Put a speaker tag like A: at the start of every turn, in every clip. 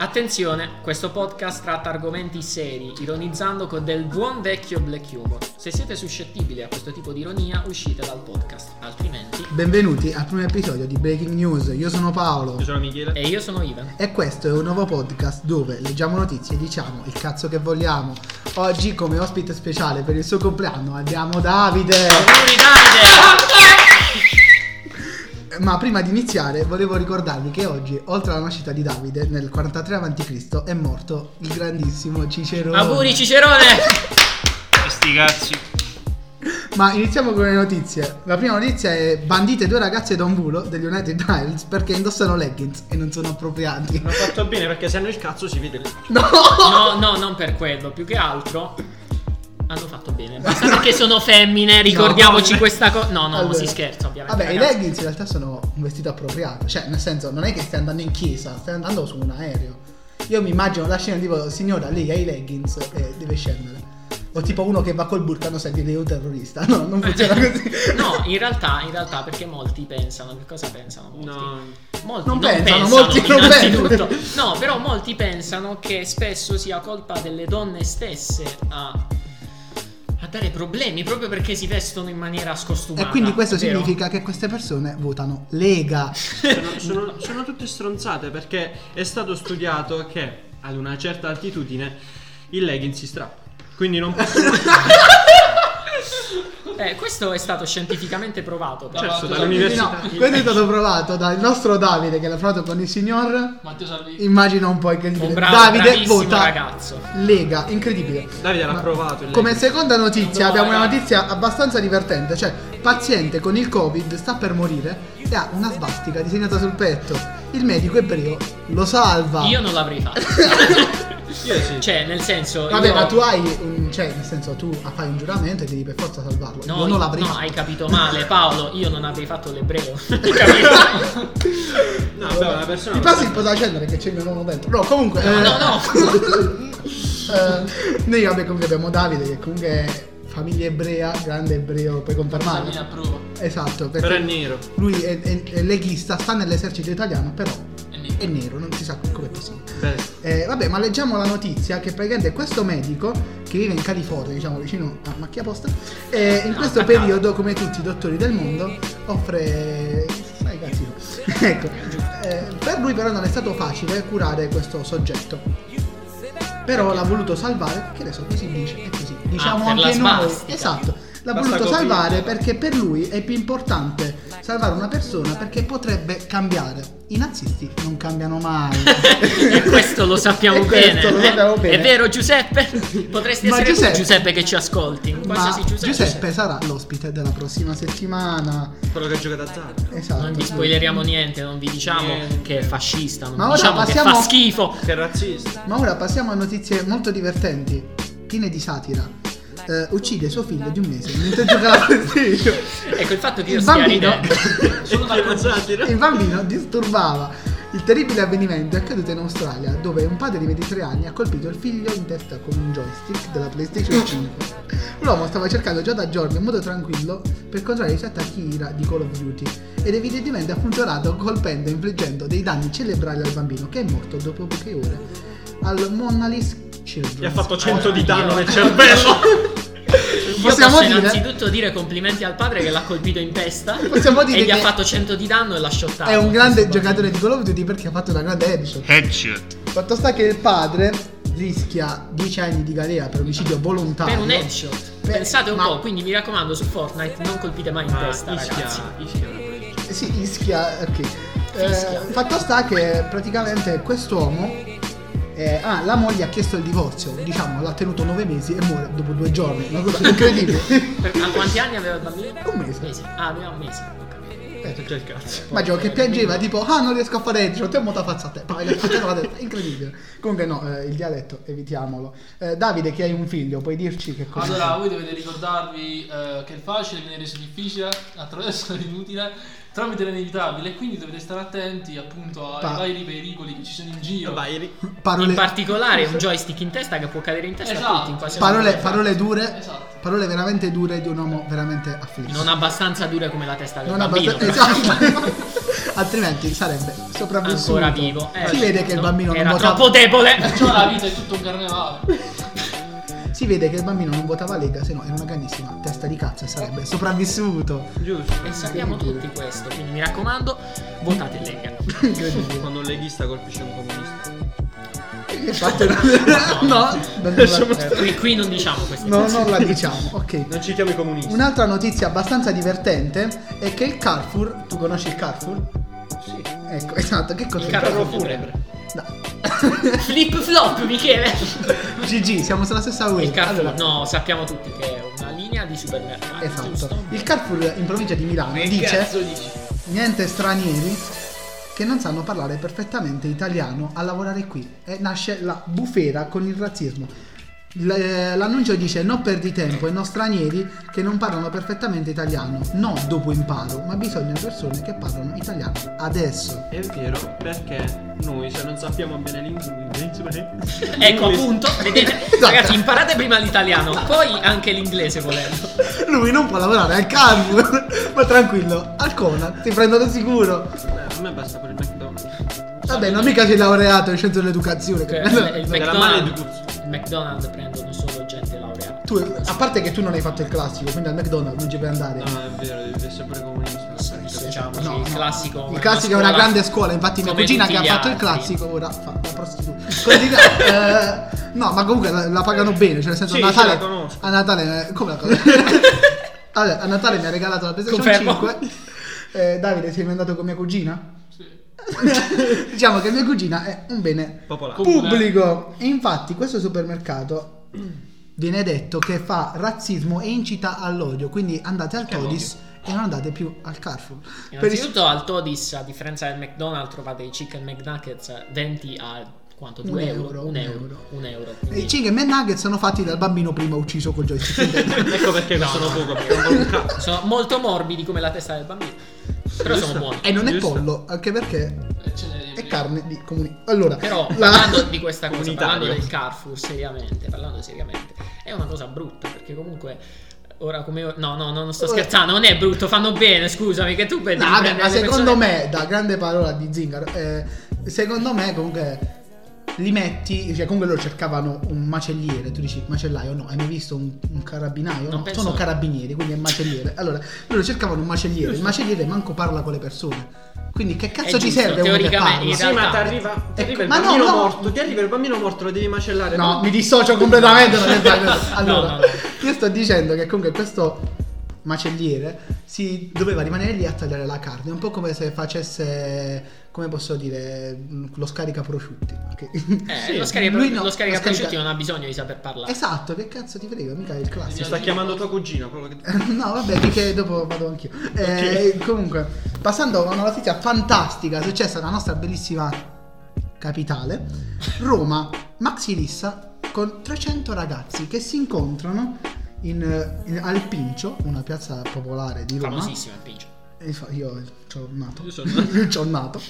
A: Attenzione, questo podcast tratta argomenti seri, ironizzando con del buon vecchio black humor. Se siete suscettibili a questo tipo di ironia, uscite dal podcast, altrimenti...
B: Benvenuti al primo episodio di Breaking News. Io sono Paolo
C: Io sono Michele.
A: E io sono Ivan.
B: e questo è un nuovo podcast dove leggiamo notizie e diciamo il cazzo che vogliamo. Oggi come ospite speciale per il suo compleanno abbiamo Davide.
A: Auguri Davide!
B: Ma prima di iniziare volevo ricordarvi che oggi, oltre alla nascita di Davide, nel 43 a.C. è morto il grandissimo Cicerone.
A: Auguri Cicerone!
C: E sti cazzi.
B: Ma iniziamo con le notizie. La prima notizia è bandite due ragazze da un bulo degli United Isles perché indossano leggings e non sono appropriati.
C: Hanno fatto bene perché se hanno il cazzo si vede.
B: No!
A: No, no, non per quello, più che altro... Hanno fatto bene, basta perché sono femmine, ricordiamoci
C: vabbè.
A: questa cosa... No, no,
B: Allora.
A: si scherza ovviamente.
B: Vabbè, i
A: ragazzi.
B: leggings in realtà sono un vestito appropriato. Cioè, nel senso, non è che stai andando in chiesa, stai andando su un aereo. Io mi immagino la scena tipo, signora, lei ha i leggings e deve scendere. O tipo uno che va col burkano se dire io terrorista. No, non funziona così.
A: No, in realtà, in realtà perché molti pensano, che cosa pensano molti?
C: No.
A: Molti
B: Non pensano, molti non
A: innanzitutto.
B: pensano.
A: No, però molti pensano che spesso sia colpa delle donne stesse a, a dare problemi proprio perché si vestono in maniera scostumata.
B: E quindi questo
A: vero?
B: significa che queste persone votano Lega.
C: Sono, sono- sono tutte stronzate perché è stato studiato che ad una certa altitudine il legging si strappa. Quindi non possono.
A: Eh, questo è stato scientificamente provato. però-
C: Certo,
B: Quindi
C: dall'università.
B: no, questo è stato provato dal nostro Davide che l'ha provato con il signor.
D: Matteo Salvini.
B: Immagina un po' che
A: Un bravo,
B: Davide
A: bravissimo
B: vota
A: ragazzo.
B: Lega, incredibile.
C: Davide l'ha
B: Ma
C: provato. il
B: Come
C: legging.
B: seconda notizia
A: No,
B: abbiamo una
A: ragazzi.
B: notizia abbastanza divertente, cioè paziente con il Covid sta per morire e ha una svastica disegnata sul petto. Il medico ebreo lo salva.
A: Io non l'avrei fatto.
C: Io sì.
A: cioè, nel senso...
B: Vabbè,
A: io-
B: ma tu hai un, cioè, nel senso tu fai un giuramento e devi per forza salvarlo.
A: No,
B: io
A: io-
B: non l'avrei
A: no,
B: fatto.
A: hai capito male, Paolo. Io non avrei fatto l'ebreo. capito?
C: No, vabbè, una persona.
B: Ti passi il potacenere che c'è il mio nonno dentro. No, comunque. eh,
A: no, no.
B: eh, noi vabbè comunque abbiamo Davide che comunque è famiglia ebrea, grande ebreo, puoi
D: Salvini
B: confermarlo.
D: approva.
B: Esatto,
C: Però è
B: perché
C: nero.
B: lui è, è- è leghista, sta nell'esercito italiano, però
D: E niente.
B: è nero, non si sa come è possibile.
C: Bene.
B: Eh, vabbè, ma leggiamo la notizia che praticamente questo medico che vive in California, diciamo vicino a Macchia Posta, eh, in
A: No,
B: questo
A: attaccato.
B: periodo, come tutti i dottori del mondo, offre. Sai, cazzino. ecco. Eh, per lui, però, non è stato facile curare questo soggetto. Però l'ha voluto salvare, perché adesso così dice, è così. Diciamo
A: Ah, per la
B: anche noi.
A: svastica.
B: Esatto. L'ha
C: Basta
B: voluto
C: coprire.
B: salvare perché per lui è più importante salvare una persona perché potrebbe cambiare. I nazisti non cambiano mai.
A: e questo lo sappiamo,
B: E questo
A: bene.
B: lo sappiamo bene.
A: È vero Giuseppe? Potresti
B: Ma
A: essere tu,
B: Giuseppe-
A: Giuseppe. che ci ascolti. Un
B: Ma
A: Qualsiasi
B: Giuseppe,
A: Giuseppe.
B: sarà l'ospite della prossima settimana.
C: Quello che gioca d'azzardo.
B: Esatto.
A: Non vi spoileriamo niente, non vi diciamo
C: Niente.
A: che è fascista, non
B: Ma
A: vi
B: ora
A: diciamo
B: passiamo-
A: che fa schifo.
C: Che razzista.
B: Ma ora passiamo a notizie molto divertenti, piene di satira. Eh, uccide suo figlio di un mese mentre gioca alla PlayStation.
A: Ecco il fatto che io
B: Il
A: stia
B: bambino,
A: ridendo.
C: Sono una satira.
B: il bambino disturbava. Il terribile avvenimento è accaduto in Australia, dove un padre di 23 anni ha colpito il figlio in testa con un joystick della PlayStation 5. L'uomo stava cercando già da giorni in modo tranquillo per controllare i suoi attacchi ira di Call of Duty ed evidentemente ha funzionato colpendo e infliggendo dei danni cerebrali al bambino che è morto dopo poche ore al Monalys Children's
C: Gli ha fatto 100 di
A: Dio.
C: danno nel cervello.
A: Io
B: Possiamo
A: posso
B: dire-
A: innanzitutto dire complimenti al padre che l'ha colpito in testa
B: Possiamo dire
A: e gli ha
B: che-
A: fatto 100 di danno e l'ha shottato.
B: È un grande giocatore di Call of Duty perché ha fatto una grande headshot.
C: Headshot.
B: Fatto sta che il padre rischia 10 anni di galera per omicidio volontario.
A: Per un headshot.
B: Beh,
A: Pensate un
B: ma-
A: po', quindi mi raccomando su Fortnite non colpite mai in
C: Ah,
A: testa, ragazzi.
C: ischia. Ischia. era quello.
B: Eh Sì, ischia. Ok. Eh,
A: Ischia.
B: fatto sta che praticamente quest'uomo. eh, ah, la moglie ha chiesto il divorzio, diciamo, l'ha tenuto 9 mesi e muore dopo due giorni. Una cosa incredibile.
A: Per- a quanti anni aveva il bambino?
B: Un mese.
A: Ah, aveva un mese. ho capito.
C: Eh, già il cazzo.
B: Immagino che piangeva tipo, ah non riesco a fare headshot, e mo te faccio a te. Poi gli ha fatto la testa. incredibile. Comunque no, eh, il dialetto evitiamolo. Eh, Davide che hai un figlio, puoi dirci che cosa...
D: Allora, voi dovete ricordarvi eh, che il facile viene reso difficile attraverso l'inutile, tramite l'inevitabile, e quindi dovete stare attenti appunto ai
B: Pa-
D: vari pericoli che ci sono in giro.
C: Vai,
B: Parole...
A: In particolare un joystick in testa che può cadere in testa a tutti in qualsiasi
B: Parole,
A: momento.
B: parole dure,
D: Esatto.
B: parole veramente dure di un uomo veramente afflitto.
A: Non abbastanza dure come la testa del
B: Non
A: bambino.
B: abbast- esatto. altrimenti sarebbe sopravvissuto.
A: Ancora vivo. Eh,
B: si vede che il bambino non
A: era
B: votava.
A: troppo debole.
D: Perciò la vita è tutto un carnevale.
B: Si vede che il bambino non votava Lega, se no era una grandissima testa di cazzo e sarebbe sopravvissuto.
C: Giusto.
A: E sappiamo tutti questo, quindi mi raccomando, votate Lega.
B: Incredibile.
C: Quando un leghista colpisce un comunista.
B: Che fatto No, non
C: Lasciamo
B: la,
A: Eh, qui, qui non diciamo queste
B: no,
A: cose.
B: non la diciamo. Ok.
C: Non citiamo i comunisti.
B: Un'altra notizia abbastanza divertente è che il Carrefour, tu conosci il Carrefour?
C: Sì.
B: Ecco, esatto, che cos'è?
A: Il
C: Carro
A: Carrefour.
C: funebre.
B: No.
A: Flip flop, Michele.
B: GG, siamo sulla stessa web.
A: Il Carrefour,
B: Allora,
A: no, sappiamo tutti che è una linea di supermercati,
B: Esatto.
A: giusto?
B: Il Carrefour in provincia di Milano dice
C: dici?
B: niente stranieri che non sanno parlare perfettamente italiano a lavorare qui e nasce la bufera con il razzismo. L- eh, l'annuncio dice non perdi tempo e non stranieri che non parlano perfettamente italiano, no dopo imparo, ma bisogna persone che parlano italiano adesso.
C: È vero, perché noi se non sappiamo bene l'inglese.
A: Ecco appunto, vedete,
B: Esatto.
A: ragazzi imparate prima l'italiano, poi anche l'inglese volendo.
B: Lui non può lavorare al Carrefour, ma tranquillo, al Conan ti prendono sicuro.
C: Eh, a me basta per il McDonald's.
B: Vabbè, non mica sei laureato in scienze dell'educazione.
A: Cioè,
B: che-
A: il,
C: Della
A: McDonald's,
C: maleducazione.
A: il McDonald's prendono solo gente laureata.
B: Tu, a parte che tu non hai fatto il classico, quindi al McDonald's non ci puoi andare.
C: No, è vero, devi essere pure comunista.
A: Dissociamoci,
B: No, no.
A: diciamo, il classico
B: Il classico è una
A: scuola-
B: grande scuola, infatti mia
A: come
B: cugina che
A: tutti
B: ha
A: gli
B: fatto il
A: altri.
B: classico ora fa la prostituta. Continua- eh, no, ma comunque la, la pagano bene, cioè nel senso
C: Sì,
B: a
C: ce
B: Natale
C: la conosco.
B: a Natale eh, come la cosa? allora, a Natale mi ha regalato la PlayStation
A: Confermo.
B: 5. Eh, Davide, sei mai andato con mia cugina?
D: Sì.
B: diciamo che mia cugina è un bene
C: Popolare.
D: Comunque-
B: pubblico. E infatti questo supermercato viene detto che fa razzismo e incita all'odio, quindi andate al
C: Che
B: Todis e non andate più al Carrefour. Per il-
A: Innanzitutto al Todis, a differenza del McDonald's, trovate i chicken McNuggets 20 a quanto? 2
B: Un
A: euro,
B: euro, un
A: Un euro.
B: euro.
A: Un euro.
B: E
A: quindi-
B: I chicken e nuggets sono fatti dal bambino prima ucciso col joystick.
C: Ecco perché costano poco, perché non voglio un cazzo.
A: sono molto morbidi come la testa del bambino. Però sono
C: Giusto.
A: buoni.
B: e non è
C: Giusto.
B: pollo, anche perché
D: E ce n'è
B: è carne di comuni. Allora,
A: Però
B: la-
A: parlando di questa cosa,
C: Comunitario.
A: parlando del Carrefour, seriamente, parlando seriamente, è una cosa brutta perché comunque ora come ora- no, no, no, non sto
B: Ora-
A: scherzando, non è brutto, fanno bene, scusami, che tu pensi
B: No, vabbè, ma secondo me, da grande parola di Zingaro, eh, secondo me comunque li metti, cioè comunque loro cercavano un macelliere, tu dici macellaio, no, hai mai visto un, un carabinaio?
A: Non
B: No,
A: penso-
B: sono carabinieri, quindi è macelliere. Allora, loro cercavano un macelliere, il macelliere manco parla con le persone. Quindi che cazzo ti
A: giusto,
B: serve uno che
A: teoricamente,
B: parla?
A: in
C: Sì, ma
A: realtà-
C: ti arriva, ti arriva il
B: ma no,
C: bambino
B: no.
C: morto, ti arriva il bambino morto, lo devi macellare.
B: No, mi dissocio completamente. non è vero.
A: No,
B: allora,
A: no, no.
B: io sto dicendo che comunque questo macelliere si doveva rimanere lì a tagliare la carne, un po' come se facesse, come posso dire, mh, lo scarica prosciutti. ok?
A: Eh,
C: Sì,
A: lo scarica,
B: lui no,
A: lo scarica
B: lo
A: prosciutti
B: scarica-
A: non ha bisogno di saper parlare.
B: Esatto, che cazzo ti frega, mica è il
C: Mi
B: classico.
C: sta chiamando tua cugina, quello che
A: Eh,
B: No, vabbè, perché dopo vado anch'io. Eh, Comunque, passando a una notizia fantastica successa alla nostra bellissima capitale, Roma, Maxi Lissa con 300 ragazzi che si incontrano in, eh, in- al Pincio, una piazza popolare di Roma.
A: Famosissimo il pincio.
B: E fa- Io ci ho nato.
C: Io
B: Io
C: sono
B: ci ho nato.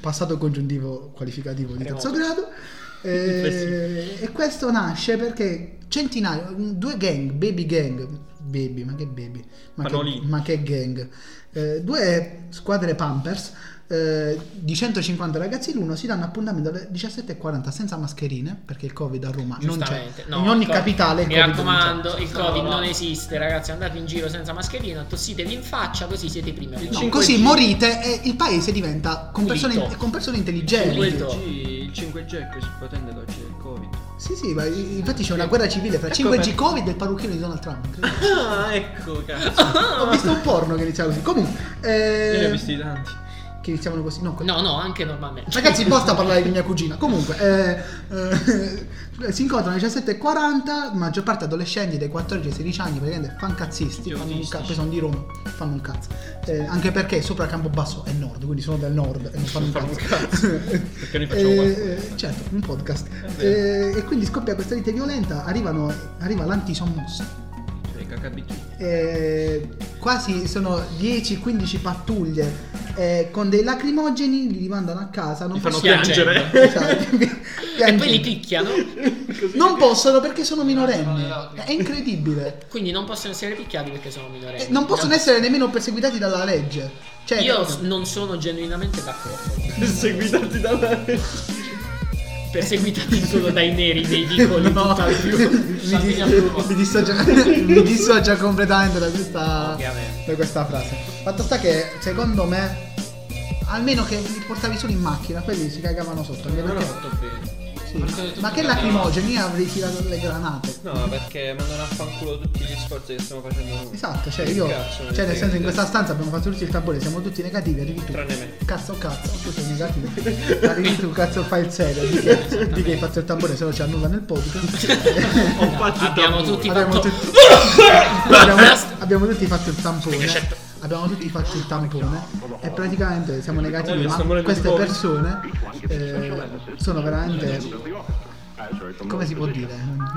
B: Passato congiuntivo qualificativo di terzo
A: Remoto.
B: grado. Eh, e questo nasce perché centinaia, due gang, baby gang, baby, ma che baby, ma, che,
C: Panolini.
B: ma che gang, Eh, due squadre Pampers eh, di 150 ragazzi l'uno si danno appuntamento alle 17.40 senza mascherine perché il covid a Roma Ah, non c'è,
A: Giustamente. No,
B: in ogni
A: il co-
B: capitale il
A: Mi
B: covid non c'è.
A: raccomando, il
D: No,
A: Covid
D: no.
A: non esiste, ragazzi. Andate in giro senza mascherina, tossitevi in faccia, così siete i primi a
C: Il
B: No,
A: morire.
C: cinque-
B: così
C: 5G.
B: morite e il paese diventa con persone,
A: Pulito.
B: con persone
C: Il
B: intelligenti.
A: Pulito.
C: 5G, il 5G è così potente da oggi il Covid.
B: Sì, sì, ma infatti c'è una guerra civile tra
C: Ecco
B: 5G
C: perché.
B: Covid e il parrucchino di Donald Trump. incredibile.
C: Ah, ecco, cazzo.
B: Ho visto un porno che iniziava così. Comunque, eh,
C: Io ne ho visti tanti.
B: che iniziavano così. No, que-
A: No, no, anche normalmente.
B: Ragazzi, basta parlare di mia cugina. Comunque, eh, eh, si incontrano alle 17.40. Maggior parte adolescenti dai 14 ai 16 anni, praticamente fan cazzisti. Fanno un ca-
C: Idiotistici.
B: poi sono di Roma, fanno un cazzo. Eh, anche perché sopra Campobasso è nord, quindi sono del nord e non fanno un
C: Fanno un
B: cazzo.
C: Perché noi facciamo qualcosa.
B: eh, certo, un podcast.
C: È vero.
B: Eh, e quindi scoppia questa lite violenta. Arrivano, arriva l'antisommossa.
C: Cioè, cacabicchi.
B: Eh, quasi sono 10-15 pattuglie eh, con dei lacrimogeni li mandano a casa. Non
C: Mi fanno
A: possiamo-
C: piangere.
B: Esatto, pi-
A: Cioè, E poi
B: piangi.
A: li picchiano.
B: Non possono perché sono minorenni.
D: No, Eh, no.
B: È incredibile. Eh,
A: Quindi non possono essere picchiati perché sono minorenni.
B: E non possono essere nemmeno perseguitati dalla legge. Cioè,
A: Io
B: capito?
A: non sono genuinamente d'accordo.
C: Perseguitati da me.
A: Perseguitati solo dai neri dei vicoli
B: No.
A: tutt'al più.
B: mi, dis- mi dissocia, mi dissocia completamente da questa,
A: Ovviamente.
B: da questa frase. Fatto sta che secondo me, almeno che li portavi solo in macchina, quelli si cagavano sotto. anche
A: Non ho
B: perché-
A: fatto bene.
B: sì.
D: Perché tutti
B: Ma che
D: cagavano.
B: lacrimogeni avrei tirato le granate.
E: No, perché mandano a fanculo tutti gli sforzi che stiamo facendo noi.
B: Esatto, cioè
E: Che
B: io,
E: cazzo,
B: cioè nel senso in questa
E: niente.
B: stanza abbiamo fatto tutti il tabore, siamo tutti negativi, arrivi tu.
E: Tranne me.
B: Cazzo cazzo, tu sei negativo. Arrivi tu, cazzo fai il serio, di che, di che hai fatto il tabore, se no ci annulla nel podcast.
C: Ho fatto il
A: Abbiamo
C: tamburo.
A: tutti
B: Abbiamo
A: fatto.
B: tutti, abbiamo, abbiamo tutti fatto il tampone. Abbiamo tutti fatto il tampone e praticamente siamo negativi,
C: Io sto
B: ma
C: morendo
B: queste
C: di Covid.
B: persone eh, sono veramente come si può dire?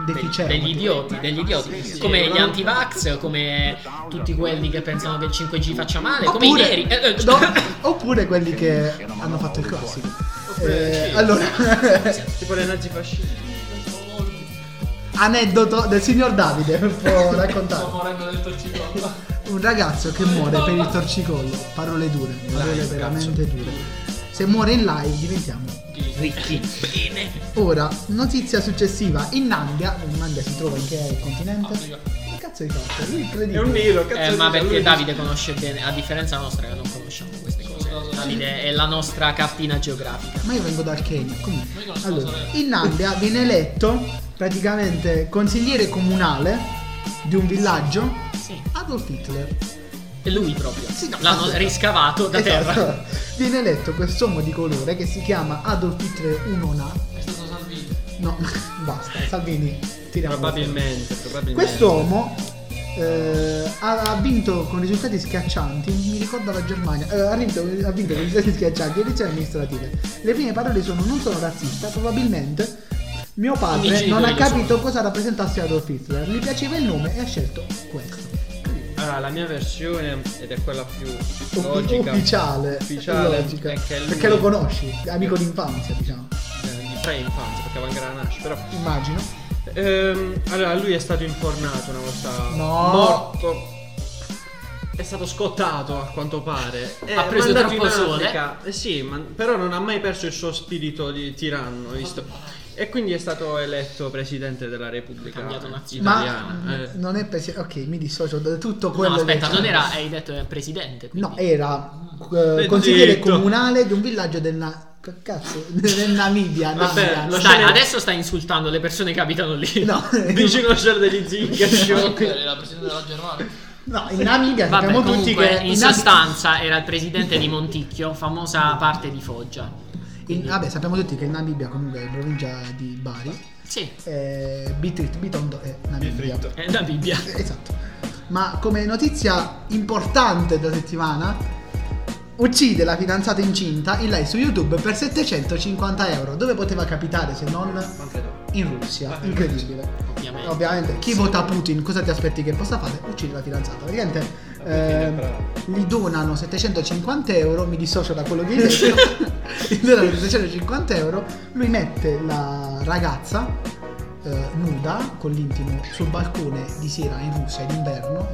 A: Degli,
B: Deficienti.
A: degli idioti, degli idioti, come gli anti-vax, come tutti quelli che pensano che il 5G faccia male, come i neri. Eh, eh,
B: no, oppure quelli che hanno fatto il classico.
C: Oppure-
B: Eh, allora,
C: Tipo le nazifasciste.
B: aneddoto del signor Davide, può
D: Sto
B: raccontare.
D: morendo del torcicollo.
B: Un ragazzo che muore per il torcicollo, parole dure, parole veramente dure. Se muore in live diventiamo
A: Ricchi. Bene.
B: Ora, notizia successiva, in Nandia, in Nandia si trova in che continente?
D: Africa.
B: Che cazzo di fatto? Lui è
C: È un
B: incredibile.
C: nero, cazzo.
A: Eh, ma
C: dice,
A: perché
C: lui-
A: Davide conosce bene, a differenza nostra che non conosciamo queste cose. Davide è la nostra cartina geografica.
B: Ma io vengo dal Kenya, comunque.
D: Noi conosciamo
B: Allora,
D: Sorrento.
B: in Nandia viene eletto praticamente consigliere comunale di un villaggio
A: Sì.
B: Adolf Hitler.
A: E lui proprio.
B: Sì, no,
A: L'hanno
B: ma-
A: riscavato da
B: Esatto.
A: terra.
B: Viene eletto quest'uomo di colore che si chiama Adolf Hitler 1A.
D: È stato Salvini.
B: No, basta, Salvini, tiriamo fuori.
C: Probabilmente, probabilmente.
B: Quest'uomo eh, ha ha vinto con risultati schiaccianti, mi ricorda la Germania, eh, ha, vinto, ha vinto con risultati schiaccianti le elezioni amministrative. Le prime parole sono non sono razzista, probabilmente mio
A: I
B: padre
A: miei
B: non ha
A: genitori lo
B: capito cosa rappresentasse Adolf Hitler, gli piaceva il nome e ha scelto questo.
E: Allora, la mia versione, ed è quella più
B: Ob-
E: logica,
B: ufficiale,
E: ufficiale,
B: logica,
E: è che lui-
B: perché lo conosci, amico d'infanzia diciamo,
E: eh, di pre-infanzia, perché ancora la nasce, però...
B: immagino.
C: Ehm, allora, lui è stato infornato una volta
B: No.
C: morto. È stato scottato a quanto pare.
B: Eh,
C: È
A: Ha preso
C: mandato
A: troppo
C: in
A: sole.
C: Africa. Eh sì, ma- però non ha mai perso il suo spirito di tiranno, visto? E quindi è stato eletto presidente della Repubblica
A: Ha cambiato nazione.
B: Ma
C: Italiana. eh.
B: mh, non è pesi- ok, mi dissocio da tutto quello
A: No,
B: che
A: aspetta,
B: c'è.
A: non era, hai detto eh, presidente. quindi.
B: No, era eh, consigliere
C: detto.
B: comunale di un villaggio del Na- c- cazzo, del Namibia,
C: Vabbè,
B: Namibia.
C: lo-
A: Stai-
C: lasciare-
A: adesso stai insultando le persone che abitano lì.
B: No,
C: Dici Eh. lo share degli
D: Ma
C: zingari.
D: Hitler era la presidente della Germania.
B: no, in Namibia
A: Vabbè,
B: sappiamo tutti
A: comunque,
B: che
A: in
B: Nabi-
A: sostanza era il presidente di Monticchio, famosa parte di Foggia.
B: in- vabbè, sappiamo tutti che in Namibia comunque è in provincia di Bari.
A: Sì,
B: Eh, Bitrit- Bitondo è Namibia.
C: Bitritto.
A: è la Bibbia.
B: Eh, Esatto. Ma come notizia importante della settimana uccide la fidanzata incinta in live su YouTube per 750 euro. Dove poteva capitare se non in Russia? Incredibile.
A: Ovviamente.
B: Ovviamente, chi vota Putin, cosa ti aspetti che possa fare? Uccide la fidanzata. Praticamente ehm, gli donano 750 euro, mi dissocio da quello che hai detto, gli donano 750 euro, lui mette la ragazza eh, nuda con l'intimo sul balcone di sera in Russia d'inverno,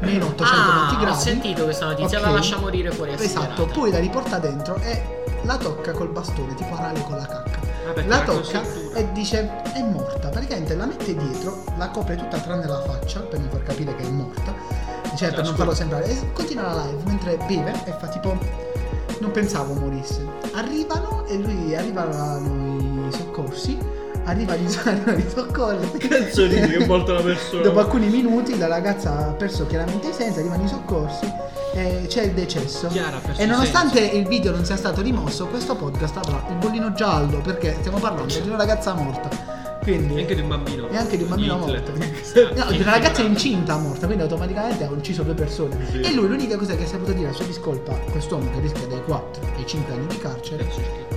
B: meno 820
A: Ah, ho
B: gradi.
A: sentito questa notizia,
B: Ok.
A: la lascia morire fuori a
B: Esatto,
A: sera.
B: poi la riporta dentro e la tocca col bastone, tipo arale con la cacca
C: Vabbè,
B: la
C: la
B: tocca Eh,
C: congettura.
B: e dice è morta. Praticamente la mette dietro, la copre tutta tranne la faccia per non far capire che è morta, cioè per non farlo sembrare. E continua la live mentre beve e fa tipo non pensavo morisse. Arrivano e lui arrivano i soccorsi, arriva gli arrivano i soccorsi.
C: Canzonini che porta la persona.
B: Dopo alcuni minuti la ragazza ha perso chiaramente i sensi, arrivano i soccorsi e c'è il decesso.
C: Chiara ha perso
B: e
C: i
B: nonostante il video non sia stato rimosso, questo podcast avrà il bollino giallo perché stiamo parlando di una ragazza morta. Quindi
C: E anche di un bambino.
B: e anche di un bambino
C: Hitler.
B: morto. No, di una ragazza incinta morta, quindi automaticamente ha ucciso due persone.
C: Sì.
B: E lui l'unica cosa che ha saputo dire a sua discolpa, quest'uomo che rischia dai 4 ai 5 anni di carcere,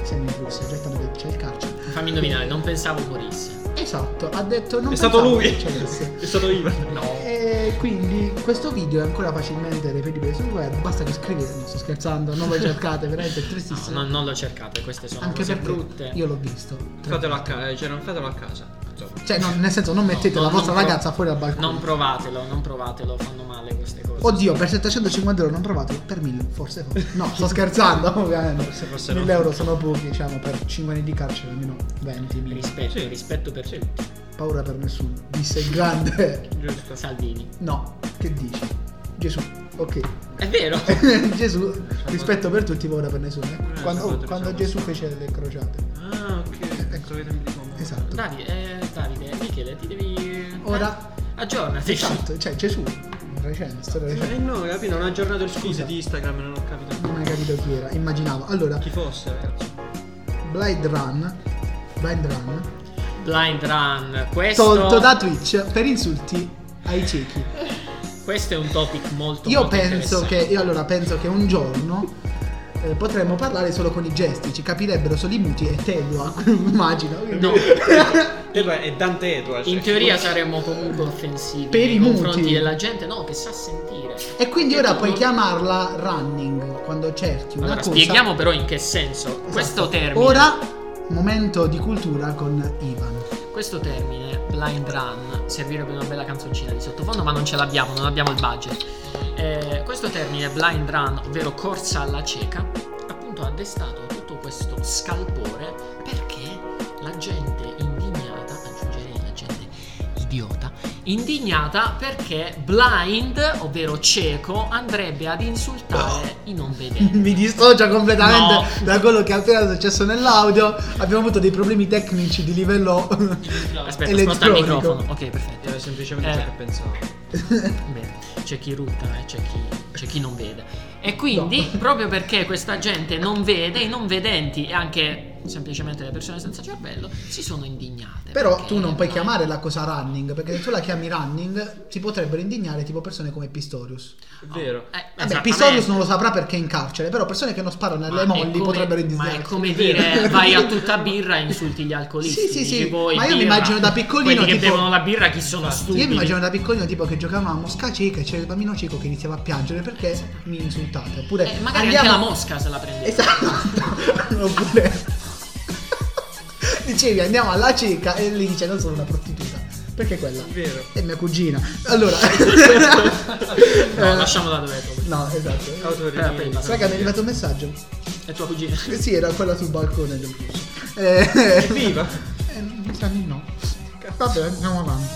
B: siamo in Russia, già tanto che c'è il carcere.
A: Fammi indovinare, non pensavo morisse.
B: Esatto, ha detto non
C: È stato
B: pensavo
C: lui.
B: che succedesse.
C: È stato Ivan.
A: No.
B: E quindi questo video è ancora facilmente reperibile sul web, basta che scrivete, non sto scherzando, non lo cercate, veramente è
A: No,
B: tristissimo.
A: non, non lo cercate, queste sono
B: Anche
A: cose
B: perché
A: brutte.
B: io l'ho visto.
E: eh,
C: Fatelo a casa, cioè non fatelo a casa.
A: insomma.
E: Esatto.
B: Cioè, no, nel senso, non mettete
A: No,
B: la
A: non-
B: vostra
A: non pro-
B: ragazza fuori dal balcone.
A: Non provatelo, non provatelo, fanno male queste cose.
B: Oddio, per 750 euro non provato, per 1000 forse no. No, sto scherzando, ovviamente.
E: Forse- forse no.
B: 1000 euro sono pochi, diciamo, per 5 anni di carcere, almeno 20.000.
A: Rispetto,
E: Sì.
A: rispetto per tutti.
B: Paura per nessuno. Disse il grande.
E: Giusto.
A: Salvini.
B: No, che dici? Gesù, ok.
A: È vero.
B: Gesù, rispetto per tutti, paura per nessuno. eh.
C: Eh,
B: Quando,
C: salvate,
B: quando
C: salvate.
B: Gesù fece le crociate.
C: Ah, ok.
E: Ecco.
C: Penso che tempi di combo.
B: Esatto.
A: Davide, eh, Davide, Michele, ti devi.
B: Ora-
A: eh, aggiornati.
B: Esatto, cioè Gesù, recente, storia
C: Eh
B: recente.
C: no, capito, non ho aggiornato il
B: Scusa.
C: feed di Instagram, non ho capito
E: Esatto.
B: Non hai capito chi era, immaginavo. Allora,
C: chi fosse, ragazzi.
B: Blind Run, Blind Run,
A: Blind Run. Questo.
B: tolto da Twitch per insulti ai ciechi.
A: Questo è un topic molto.
B: Io
A: molto
B: penso che,
A: interessante.
B: io allora penso che un giorno eh, potremmo parlare solo con i gesti, ci capirebbero solo i muti e te lo immagino.
A: No,
E: Edward è Dante Edward. cioè,
A: in teoria saremmo comunque offensivi
B: Per
A: nei
B: i
A: confronti
B: muti.
A: della gente, no, che sa sentire.
B: E quindi ora puoi
A: Non-
B: chiamarla running quando cerchi una
A: Allora,
B: cosa. Esatto.
A: spieghiamo però in che senso questo termine.
B: Ora, momento di cultura con Ivan.
A: Questo termine, blind run, servirebbe una bella canzoncina di sottofondo, ma non ce l'abbiamo, non abbiamo il budget. Eh, questo termine, blind run, ovvero corsa alla cieca, appunto ha destato tutto questo scalpore perché la gente indignata, aggiungerei la gente idiota, indignata perché blind, ovvero cieco, andrebbe ad insultare i non vedenti.
B: Mi dissocia completamente
A: No.
B: da quello che è appena successo nell'audio. Abbiamo avuto dei problemi tecnici di livello.
A: Aspetta, sposta il
B: Elettronico.
A: microfono. Ok, perfetto.
E: Era semplicemente ciò
A: Eh.
E: che pensavo.
A: Bene, c'è chi rutta e c'è chi, c'è chi non vede. E quindi, proprio perché questa gente non vede, i non vedenti e anche semplicemente le persone senza cervello si sono indignate.
B: Però
A: perché-
B: tu non puoi chiamare la cosa running, perché se tu la chiami running si potrebbero indignare tipo persone come Pistorius.
E: È vero.
A: Eh,
B: Vabbè,
A: esattamente.
B: Pistorius non lo saprà perché è in carcere, però persone che non sparano
A: Ma
B: alle
A: è
B: molli
A: come-
B: potrebbero indignarsi.
A: Ma è come dire vai a tutta birra e insulti gli alcolisti.
B: Sì, sì, sì,
A: Dici, voi,
B: ma io mi
A: birra,
B: immagino da piccolino,
A: Quelli che
B: tipo-
A: bevono la birra chi sono stupidi.
B: Io mi immagino da piccolino tipo che giocavamo a Mosca cieca e c'era il bambino cieco che iniziava a piangere perché mi insultate. Oppure
A: Eh, magari
B: andiamo...
A: anche la mosca se la prendeva.
B: Esatto. Oppure dicevi andiamo alla cieca e lì dice non sono una prostituta. Perché quella?
E: È vero.
B: È mia cugina. Allora
A: No,
B: Eh,
A: lasciamola dove è.
B: No, esatto.
E: Autorità.
A: Autorità.
B: Sai che mi ha mandato un messaggio?
A: È tua cugina.
B: Eh Sì, era quella sul balcone del bus. Eh,
E: Viva.
B: eh, mi sa di no. Vabbè, andiamo avanti.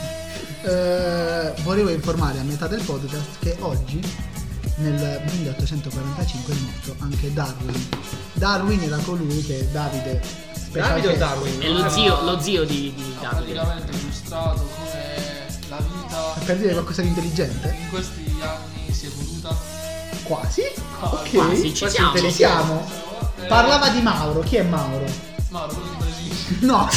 B: Eh, volevo informare a metà del podcast che oggi, nel 1845, è morto anche Darwin. Darwin era colui che Davide
E: Davide o
B: Special-
E: Darwin? Ah,
A: È lo zio, lo zio di, di
D: Ha
A: Davide.
D: praticamente illustrato come la vita
B: Per dire qualcosa di intelligente?
D: in questi anni si è evoluta.
B: Quasi. Ok.
A: Quasi, ci siamo.
B: Ci siamo.
D: Eh,
B: Parlava di Mauro. Chi è Mauro?
D: Mauro, quello di Brasile.
B: No.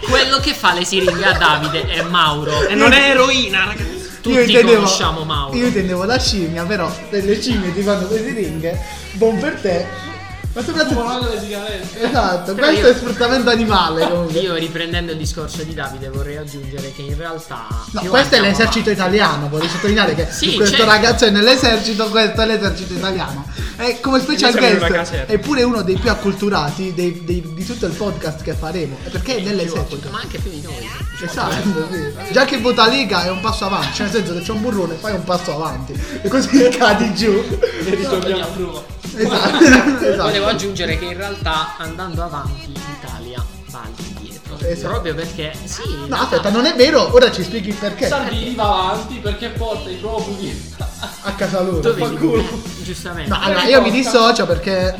A: Quello che fa le siringhe a Davide è Mauro.
C: E non è eroina, ragazzi.
A: Tutti conosciamo Mauro.
B: Io intendevo la scimmia, però delle scimmie ti fanno queste ringhe. Buon per te. Ma soprattutto.
D: Fumavano le sigarette.
B: Esatto,
A: Però
B: questo
A: io-
B: è sfruttamento animale comunque.
A: Io riprendendo il discorso di Davide vorrei aggiungere che in realtà...
B: No,
A: più
B: questo è
A: andiamo
B: l'esercito
A: avanti-
B: italiano, vorrei sottolineare che
A: Sì, certo.
B: questo
A: c'è-
B: ragazzo è nell'esercito, questo è l'esercito italiano. E come special
E: siamo in una
B: guest
E: caserma.
B: è pure uno dei più acculturati dei- dei- di tutto il podcast che faremo, perché è nell'esercito.
A: Ma anche più di noi.
B: Esatto, sì. Già che vota Liga è un passo avanti, cioè nel senso che c'è un burrone, fai un passo avanti e così cadi giù.
E: E
D: Torniamo a
E: ritorniamo.
D: prova.
B: Esatto,
A: Volevo
B: esatto.
A: aggiungere che in realtà andando avanti l'Italia va indietro.
B: Esatto.
A: Proprio perché... Sì. in
B: No,
A: realtà-
B: aspetta, non è vero, ora ci spieghi il perché.
D: Salvini va avanti perché porta i profughi.
B: A casa loro.
A: Dove
B: Fa
A: li-
B: culo.
A: Giustamente.
B: No, allora io mi dissocio perché.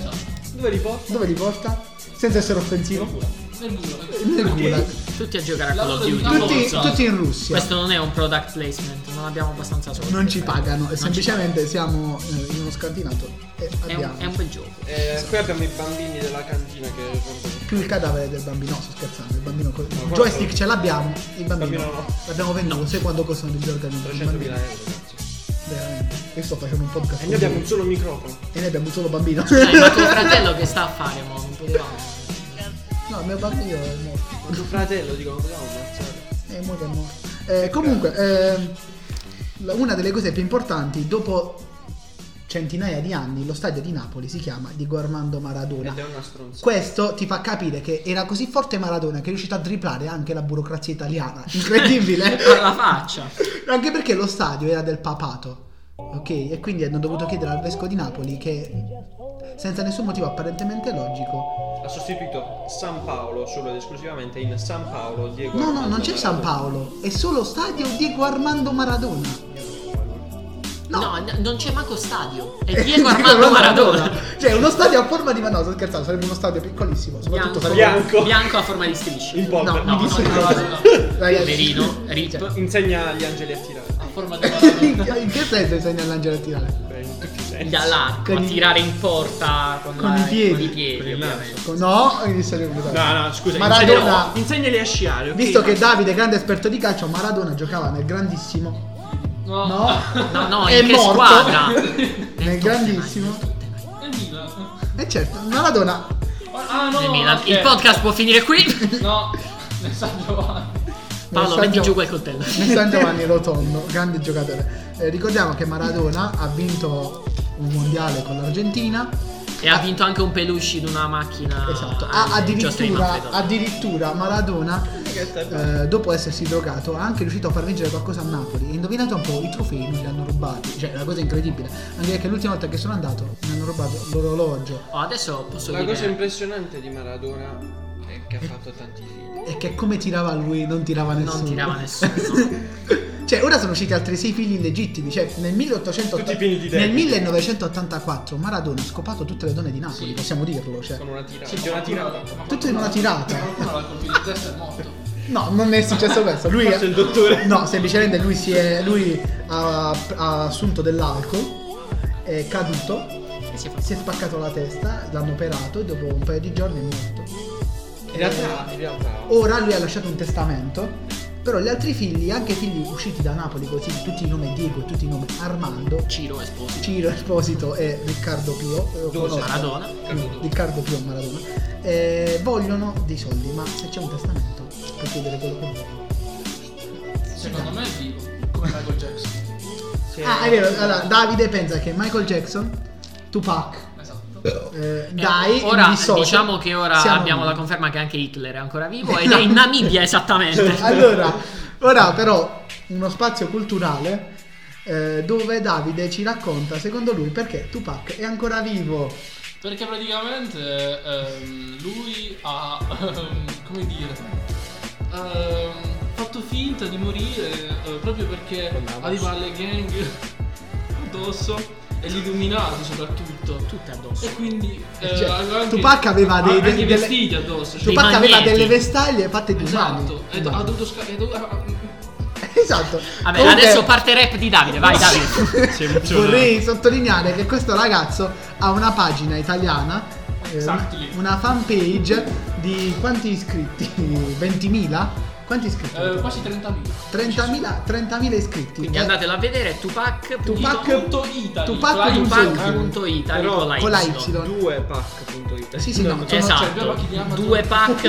E: Dove li porta?
B: Dove li porta? Senza essere offensivo.
D: Nel muro.
B: Nel Gulag.
A: Tutti a giocare a Call of
D: Lavoro di
A: Duty.
D: campo.
B: Tutti,
D: forza.
B: tutti in Russia.
A: Questo non è un product placement, non abbiamo abbastanza soldi.
B: Non ci pagano,
A: Non
B: e
A: ci
B: semplicemente siamo eh, in uno scantinato e
A: È un,
B: abbiamo
A: è un bel gioco.
E: Eh, qui abbiamo i bambini della cantina che sono
B: più il cadavere del bambino. No, sto scherzando. Il bambino. co- il
E: quello-
B: joystick ce l'abbiamo, il bambino.
E: bambino no.
B: L'abbiamo venduto, sai quanto costano gli organi del
E: 300.000
B: bambino?
E: euro, ragazzi.
B: Veramente. Io sto facendo un podcast.
E: E
B: con
E: noi abbiamo
B: voi.
E: un solo microfono.
B: E noi abbiamo un solo bambino.
A: Dai, ma tuo fratello che sta a fare, mo? Non potevamo.
B: no, il mio bambino è morto.
E: Ma tuo fratello, dico, lo vogliamo ammazzare.
B: E mo che è morto. Eh, comunque, ehm, la- una delle cose più importanti dopo. centinaia di anni lo stadio di Napoli si chiama Diego Armando Maradona.
E: Ed è una stronzata.
B: Questo ti fa capire che era così forte Maradona che è riuscito a triplare anche la burocrazia italiana. Incredibile.
A: alla faccia.
B: anche perché lo stadio era del papato. Ok, e quindi hanno dovuto chiedere al vescovo di Napoli che senza nessun motivo apparentemente logico.
E: Ha sostituito San Paolo solo ed esclusivamente in San Paolo Diego
B: No, no,
E: Armando
B: non c'è San
E: Maradona.
B: Paolo, è solo stadio Diego Armando Maradona.
A: No,
B: No.
A: n- non c'è manco stadio. È Diego Armando
B: Diego
A: Maradona.
B: Cioè, uno stadio a forma di ma no, sto scherzando, sarebbe uno stadio piccolissimo, soprattutto sarebbe
E: Bianco.
A: bianco a forma di strisce.
E: In polvere.
A: No,
B: mi disse
A: no,
D: no,
B: che
D: no, no.
B: Ragazzi,
A: Poverino, rip.
B: Cioè,
E: Insegna agli angeli a tirare.
D: a forma di Maradona.
B: in che senso insegna all'angelo a tirare?
E: Beh, in tutti i sensi.
A: Gli allacco, a
B: Con i-
A: tirare in porta con,
B: con
A: la-
B: i piedi.
A: con i piedi,
E: Con il
A: ovviamente.
E: naso.
B: No, il stadio completamente.
E: No, no, scusa.
B: Maradona-
E: insegna- oh, Insegnali a sciare. ok?
B: Visto che Davide, grande esperto di calcio, Maradona giocava nel grandissimo.
D: No.
B: No,
A: No, no,
B: è
A: in che
B: morto.
A: squadra?
B: Nel
A: Tottenham,
B: grandissimo.
A: Tottenham.
D: E Milan.
B: E certo, Maradona.
D: Ah no.
A: Nel Milan.
D: ok.
A: Il podcast può finire qui.
D: No. Nel San Giovanni.
A: Paolo,
B: Messaggio-
A: metti giù quel coltello.
B: Nel San Giovanni Rotondo, grande giocatore. Eh, ricordiamo che Maradona ha vinto un mondiale con l'Argentina.
A: E ha vinto anche un peluche di una macchina.
B: Esatto.
A: al
B: Ha
A: giostre di Manfredonia.
B: addirittura, addirittura Maradona, eh, dopo essersi drogato, ha anche riuscito a far vincere qualcosa a Napoli. E indovinate un po', i trofei non li hanno rubati. Cioè, è una cosa incredibile. Anche perché l'ultima volta che sono andato mi hanno rubato l'orologio.
A: Oh, adesso posso
E: La cosa
A: dire.
E: impressionante di Maradona è che ha fatto tanti figli.
B: E che come tirava lui, non tirava nessuno.
A: Non tirava nessuno.
B: Cioè, ora sono usciti altri sei figli illegittimi. Cioè, nel, 1880
E: Tutti pieni di
B: nel
E: denti.
B: 1984 Maradona ha scopato tutte le donne di Napoli,
D: Sì.
B: possiamo dirlo. Cioè.
E: Con una tirata.
D: Sì,
E: una tirata.
B: Tutto in una tirata.
D: Qualcuno l'ha colpito in testa e è morto.
B: No, non è successo questo. Lui
E: Forse il dottore.
B: No, semplicemente lui, si è, lui ha, ha assunto dell'alcol, è caduto,
A: Che si è fatto?
B: si è spaccato la testa, l'hanno operato e dopo un paio di giorni è morto. Eh,
E: In realtà, in realtà.
B: Ora lui ha lasciato un testamento. Però gli altri figli, anche figli usciti da Napoli così, tutti i nomi Diego, tutti i nomi Armando,
A: Ciro Esposito.
B: Ciro Esposito e Riccardo Pio. eh,
E: Dove
B: no,
A: Maradona.
B: no, Riccardo Pio Maradona. eh, vogliono dei soldi, ma se c'è un testamento per chiedere quello che vogliono.
D: Secondo me è vivo. Come Michael Jackson.
E: Sì.
B: Ah, è vero. Allora, Davide pensa che Michael Jackson, Tupac,
D: Esatto.
A: Eh,
B: eh, Dai,
A: ora
B: mi dissocio,
A: diciamo che ora
B: siamo
A: abbiamo
B: noi.
A: la conferma che anche Hitler è ancora vivo ed è in Namibia esattamente.
B: Allora, ora però uno spazio culturale eh, dove Davide ci racconta, secondo lui, perché Tupac è ancora vivo.
D: Perché praticamente ehm, lui ha, ehm, come dire, ehm, fatto finta di morire eh, proprio perché
E: Tornavo.
D: arriva alle gang addosso e gli illuminati soprattutto.
A: Tutte addosso.
D: E quindi eh,
B: Cioè,
D: aveva anche,
B: Tupac aveva dei-
D: anche
B: dei-
D: i
B: delle-
D: vestiti addosso. Cioè,
A: Dei
B: Tupac aveva
A: magneti.
B: delle vestaglie fatte di
D: esatto,
B: umani.
D: e ha dovuto scappare.
B: Esatto.
A: Vabbè,
B: Comunque,
A: adesso parte rap di Davide, vai Davide.
B: Vorrei sottolineare che questo ragazzo ha una pagina italiana, eh,
D: Exactly.
B: una fanpage di quanti iscritti? 20.000? Quanti iscritti?
D: eh, quasi 30.000.
B: 30.000, 30.000 iscritti.
A: Quindi
B: Eh,
A: andatelo a vedere Tupac.
B: Tupac-
D: Punto Italy,
B: Tupac
A: cioè
D: Flying
B: punto
D: Tupac.
A: Tupac.italy
B: Italy.
E: Però
A: con la
B: con la
A: Y.
B: Y.
E: Due pack.it.
B: Sì, sì, no, sono-
D: cioè, abbiamo
A: Esatto.
D: chi li ama tutti.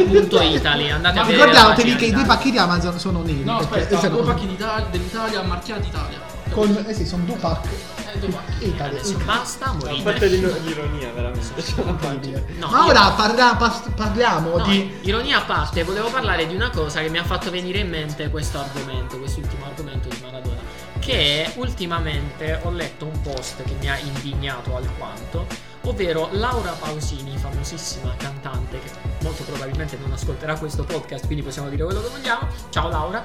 A: Duepack.italy. Andate a
D: Ma
A: vedere. la
B: Ricordatevi
A: pagina
B: che i
A: di
B: due
A: Davide.
B: pacchetti Amazon sono neri.
D: No,
B: perché-
D: aspetta,
B: se no-
D: due pacchi d'Italia, dell'Italia marchiati Italia.
B: con, eh sì, sono due pack.
D: Eh, due pacchi.
B: Italia.
A: Adesso basta,
E: No, Fatta
A: morite.
E: di l'ironia, veramente. C'è una pagina.
A: No,
B: Ma
A: io-
B: ora parla- pas- parliamo
A: No,
B: di.
A: ironia a parte, volevo parlare di una cosa che mi ha fatto venire in mente questo argomento, quest'ultimo argomento di Maradona, che ultimamente ho letto un post che mi ha indignato alquanto, ovvero Laura Pausini, famosissima cantante che molto probabilmente non ascolterà questo podcast, quindi possiamo dire quello che vogliamo. Ciao Laura.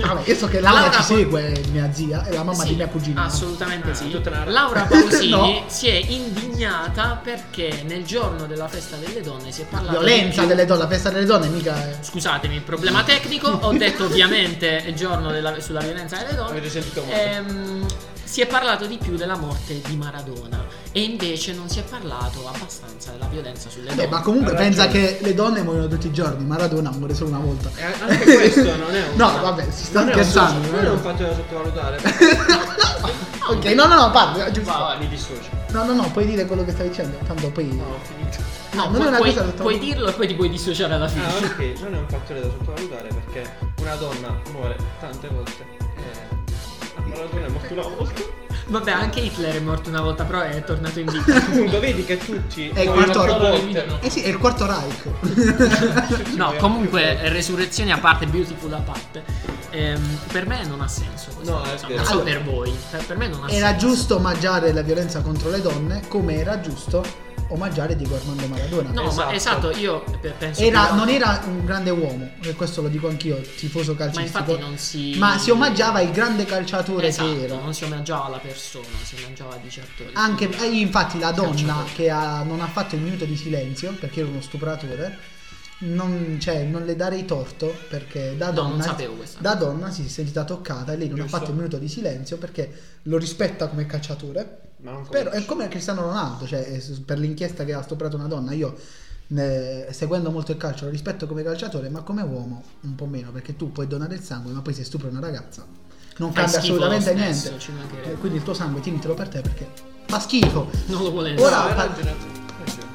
B: Vabbè, io so che Laura
A: Laura
B: ci
A: poi-
B: segue, mia zia, e la mamma
A: Sì,
B: di mia cugina.
A: Assolutamente
E: Ah,
A: sì.
E: tutta una-
A: Laura Pausini
B: No.
A: si è indignata perché nel giorno della festa delle donne si è parlato di
B: Violenza
A: più-
B: delle donne, la festa delle donne, mica. è-
A: Scusatemi, problema tecnico. Ho detto ovviamente il giorno della- sulla violenza delle donne.
E: Avete sentito male.
B: Eh,
A: Ehm, si è parlato di più della morte di Maradona e invece non si è parlato abbastanza della violenza sulle
B: Vabbè,
A: donne.
B: ma comunque
E: Ha
B: pensa
E: ragione.
B: che le donne muoiono tutti i giorni, Maradona muore solo una volta.
E: Eh, anche questo non è un
B: No, vabbè, si sta
E: non è un
B: scherzando,
E: socio-
B: eh.
E: Non è un fatto da sottovalutare. perché
B: Ok, no, no, no, parla, giusto.
D: Va, vai.
E: Mi dissocio.
B: No, no, no, puoi dire quello che stai dicendo, tanto poi.
E: No, ho finito.
B: No,
A: Pu-
B: non è una
A: puoi,
B: cosa da
A: puoi dirlo e poi ti puoi dissociare alla fine.
E: Ah, ok, non è un fattore da sottovalutare perché una donna muore tante volte. Eh, a Maradona è morto una volta.
A: Vabbè, anche Hitler è morto una volta, però è tornato in vita.
E: Appunto, vedi che tutti...
B: È il
E: no,
B: quarto
E: in una
D: Allora,
E: volta-
D: eliminano.
B: Eh sì, è il quarto Reich.
A: No, comunque,
B: eh,
A: resurrezioni a parte, beautiful a parte. ehm, per me non ha senso questo.
E: No, è vero.
A: non so
B: Allora,
A: per voi. Per, per me non ha
B: Era
A: senso.
B: giusto omaggiare la violenza contro le donne, come era giusto omaggiare Diego Armando Maradona.
A: No, ma esatto,
E: Esatto.
A: io pe- penso
B: Era-
A: che-
B: non era un grande uomo, e questo lo dico anch'io, tifoso
A: Ma infatti
B: calcistico.
A: non si
B: Ma si omaggiava il grande calciatore
A: Esatto,
B: che era.
A: non si omaggiava la persona, si omaggiava di certo. il-
B: Anche, eh, infatti, la donna
A: Calciatore.
B: che ha- non ha fatto il minuto di silenzio perché era uno stupratore, non, cioè, non le darei torto perché da
A: No,
B: donna,
A: non sapevo questa.
B: da donna si è sentita toccata e lei non ha
E: Giusto.
B: fatto il minuto di silenzio perché lo rispetta come calciatore.
E: Ma non
B: Però è
E: conosco.
B: come Cristiano Ronaldo, cioè eh, s- per l'inchiesta che ha stuprato una donna, io eh, seguendo molto il calcio lo rispetto come calciatore, ma come uomo un po' meno, perché tu puoi donare il sangue, ma poi se stupri una ragazza non
A: Fai
B: cambia
A: schifo lo
B: assolutamente
A: stesso,
B: niente.
A: ci mancherebbe.
B: Eh, Quindi il tuo sangue tienitelo per te perché fa schifo.
A: Non lo vuole
B: Ora-
E: No, hai ragione, hai ragione.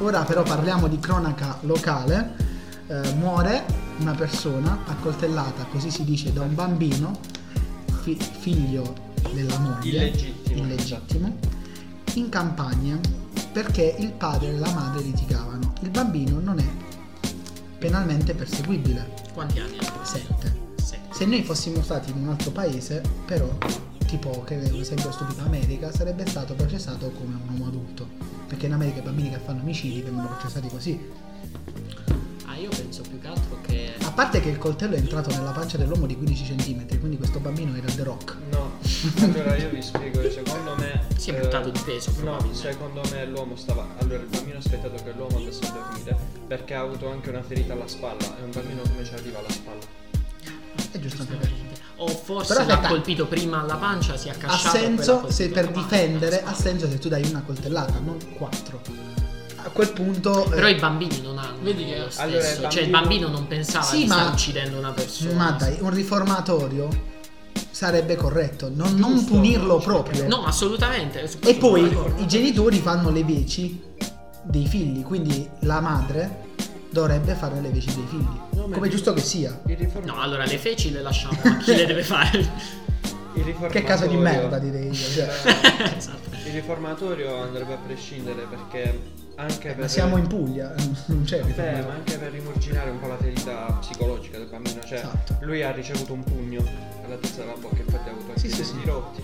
B: Ora però parliamo di cronaca locale. Eh, muore una persona accoltellata, così si dice, da un bambino, fi- figlio della moglie,
E: Illegittimo.
B: illegittimo, in campagna perché il padre e la madre litigavano. Il bambino non è penalmente perseguibile.
A: Quanti anni ha?
B: Sette.
A: Sette.
B: Se noi fossimo stati in un altro paese, però, tipo che ad esempio stupida America, sarebbe stato processato come un uomo adulto. Perché in America i bambini che fanno omicidi vengono processati così.
A: Ah, io penso più che altro che.
B: A parte che il coltello è entrato nella pancia dell'uomo di 15 cm, quindi questo bambino era The Rock.
E: No, allora io vi spiego, secondo me... eh,
A: Si è buttato di peso,
E: No,
A: probabilmente.
E: secondo me l'uomo stava... Allora, il bambino ha aspettato che l'uomo andasse a dormire perché ha avuto anche una ferita alla spalla e un bambino come ci arriva alla spalla.
B: È giusto anche per
A: giustamente. O forse
B: Però
A: l'ha
B: aspetta.
A: colpito prima alla pancia, si è
B: Ha
A: accasciato. e poi l'ha
B: senso
A: colpito
B: se per
A: alla pancia.
B: difendere, ha senso se tu dai una coltellata, non quattro. A quel punto.
A: Però
B: eh,
A: i bambini non hanno.
D: Vedi che-
A: lo stesso.
E: Allora, il
A: Cioè, il
E: bambino-
A: bambino non pensava
B: Sì,
A: che
B: ma-
A: sta uccidendo una persona.
B: ma dai, un riformatorio sarebbe corretto, non, non
E: Giusto,
B: punirlo
E: cioè,
B: proprio.
A: No, assolutamente.
B: E poi
A: D'accordo.
B: i genitori fanno le veci dei figli, quindi la madre dovrebbe fare le veci dei figli.
E: No, ma
B: Come
E: è
B: giusto che sia.
E: Il, riform-
A: No, allora le feci le lasciamo a chi le deve fare.
E: il riformatorio...
B: Che caso di merda direi io. Cioè,
A: esatto.
E: Il riformatorio andrebbe a prescindere perché anche
B: Eh, ma
E: per...
B: siamo in Puglia, non c'è
E: Beh, Eh, ma
B: riforma.
E: anche per rimurginare un po' la ferita psicologica del bambino, cioè
B: Esatto.
E: lui ha ricevuto un pugno alla testa della bocca, infatti ha avuto anche
B: Sì,
E: dei Eh,
B: sì, sì.
E: rotti.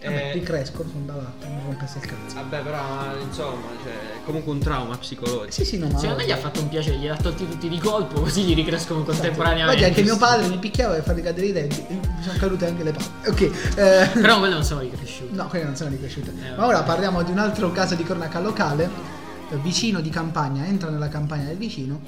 B: Vabbè,
E: E-
B: ricresco, sono da latte, mi rompesse il cazzo.
E: Vabbè, però insomma, cioè, è comunque un trauma psicologico.
B: Sì, sì, no, ma...
A: Secondo me gli ha fatto un piacere, gli ha tolti tutti di colpo, così li ricrescono
B: Guardi,
A: contemporaneamente.
B: Esatto. anche mio padre mi picchiava per farmi cadere i denti, mi sono cadute anche le palle. Ok, eh,
A: Però quello non sono ricresciuti.
B: No, quelle non sono ricresciute.
A: Eh,
B: Ma ora
A: vabbè.
B: parliamo di un altro caso di cronaca locale. Eh, Vicino di campagna, entra nella campagna del vicino.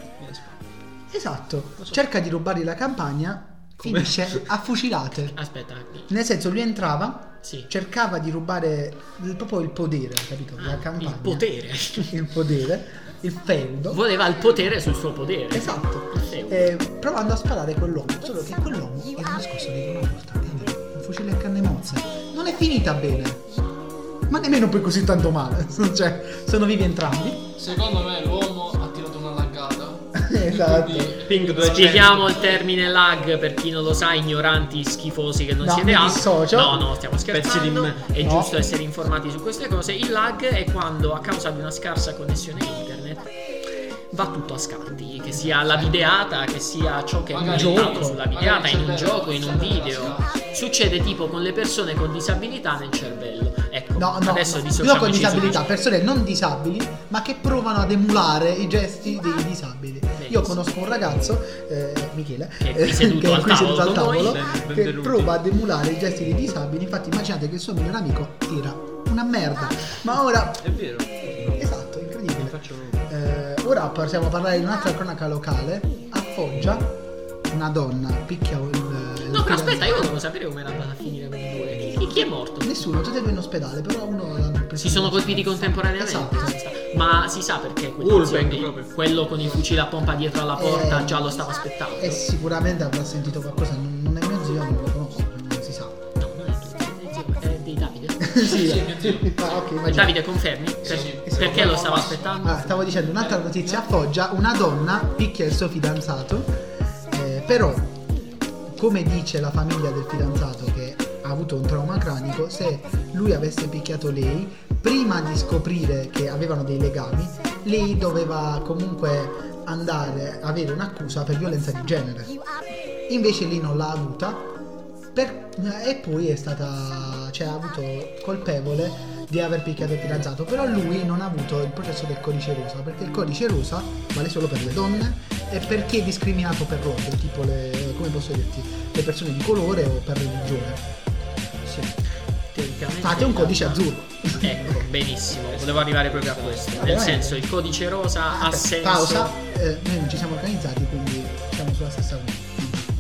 B: Esatto, cerca di rubargli la campagna, finisce a fucilate.
A: Aspetta,
B: Nel senso, lui entrava,
A: sì.
B: cercava di rubare il- proprio il potere, capito?
A: Ah,
B: La campagna.
A: il potere.
B: Il potere, il feudo.
A: Voleva il potere sul suo potere.
B: Esatto.
A: Il feudo.
B: Eh, provando a sparare quell'uomo, solo che quell'uomo era nascosto dietro una porta. Era Un fucile a canne mozze. Non è finita bene. Ma nemmeno per così tanto male. Cioè, sono vivi entrambi.
D: Secondo me l'uomo ha tirato una laggata.
B: Esatto.
D: Quindi-
E: Ping
A: Spieghiamo il termine lag per chi non lo sa, ignoranti schifosi che non
B: No,
A: siete
B: mi
A: altro.
B: dissocio.
A: No, no, stiamo scherzando.
E: Pezzi di
A: È
B: No.
A: giusto essere informati su queste cose. Il lag è quando a causa di una scarsa connessione internet va tutto a scatti, che sia la videata, che sia ciò che è
D: Magari-
A: proiettato
B: Gioco.
A: sulla
D: magari
A: videata,
D: il
A: in un
D: cervello-
A: gioco, in un
D: il cervello
A: video.
D: la scappa.
A: Succede tipo con le persone con disabilità nel cervello. Ecco,
B: No, no,
A: adesso
B: no.
A: dissociamoci
B: Io con
A: su-
B: disabilità, persone non disabili, ma che provano ad emulare i gesti dei disabili. Io
A: Ah, Benissimo.
B: conosco un ragazzo, eh, Michele,
A: Che è qui
B: eh,
A: seduto al tavolo con
B: tavolo,
A: noi.
E: Ben-
B: che
E: benvenuti.
B: prova ad emulare i gesti dei disabili. Infatti, immaginate che il suo miglior amico era una merda. Ma ora,
E: È vero,
B: esatto, incredibile.
E: faccio un-
B: Eh, ora possiamo parlare di un'altra cronaca locale. A Foggia, una donna picchia eh, il.
A: No, però aspetta,
B: fidanzato.
A: io volevo sapere come era andata a finire con i due. Chi- Chi, chi è morto?
B: Nessuno, tutti e due in ospedale, però uno l'hanno preso.
A: Si sono colpiti contemporaneamente.
B: Esatto.
A: Ma si sa perché quel
E: Wolfgang
A: tizio lì,
E: proprio.
A: quello con il fucile a pompa dietro alla porta
B: Eh,
A: già lo stava aspettando.
B: E Eh, sicuramente avrà sentito qualcosa, non, non è mio zio, non lo conosco, non si sa.
A: No, non è tutto. È di Davide.
D: Sì, mio zio.
B: Ah, ok, immagino.
A: Davide, confermi? Per-
D: sì.
A: Perché lo stava
D: Sì.
A: aspettando?
B: Ah, stavo dicendo un'altra notizia a Foggia, una donna picchia il suo fidanzato, eh, però come dice la famiglia del fidanzato che ha ha avuto un trauma cranico, se lui avesse picchiato lei, prima di scoprire che avevano dei legami, lei doveva comunque andare avere un'accusa per violenza di genere. Invece lei non l'ha avuta per- eh, e poi è stata cioè ha avuto colpevole di aver picchiato il fidanzato, però lui non ha avuto il processo del codice rosa, perché il codice rosa vale solo per le donne e per chi è discriminato per lode, tipo le come posso dirti, le persone di colore o per religione.
A: Teoricamente
B: Fate Ah, un
A: in
B: codice
A: realtà-
B: azzurro.
A: Ecco, benissimo, volevo arrivare proprio a questo. Nel
B: Vabbè.
A: senso, il codice rosa ha
B: Aspetta,
A: senso.
B: Pausa, Eh, noi non ci siamo organizzati, quindi siamo sulla stessa linea.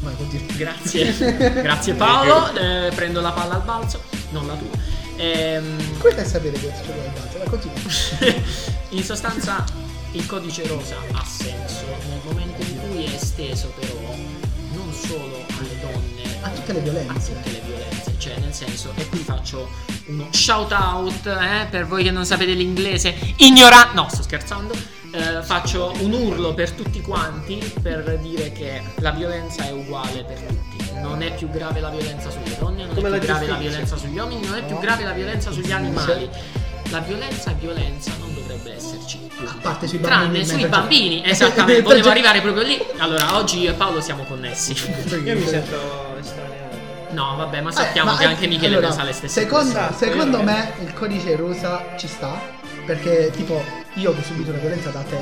B: Vai, continua.
A: Grazie, grazie Paolo. Eh, prendo la palla al balzo, non la tua. Ehm,
B: Come fai a sapere che c'è la parte? Vai, continua.
A: in sostanza il codice rosa ha senso nel momento in cui è esteso però non solo alle donne
B: A tutte le
A: a
B: violenze.
A: tutte le violenze cioè nel senso e qui faccio uno shout out eh, per voi che non sapete l'inglese ignora no sto scherzando Eh, faccio un urlo per tutti quanti per dire che la violenza è uguale per tutti non è più grave la violenza sulle donne non
E: Come
A: è
E: la
A: più grave la
E: giustizia.
A: violenza sugli uomini non è più
B: No.
A: grave la violenza sugli
B: Sì.
A: animali la violenza è violenza non dovrebbe esserci più.
B: A parte sui bambini.
A: Tranne
B: in
A: sui
B: mezzo a-
A: bambini, esattamente, volevo arrivare proprio lì. Allora, oggi io e Paolo siamo connessi.
E: Io mi sento estraneo.
A: No, vabbè, ma
B: Eh,
A: sappiamo
B: ma-
A: che anche Michele
B: allora,
A: pensa le stesse
B: secondo,
A: cose.
E: cose.
B: Secondo me il codice rosa ci sta, perché tipo io che ho subito una violenza da te,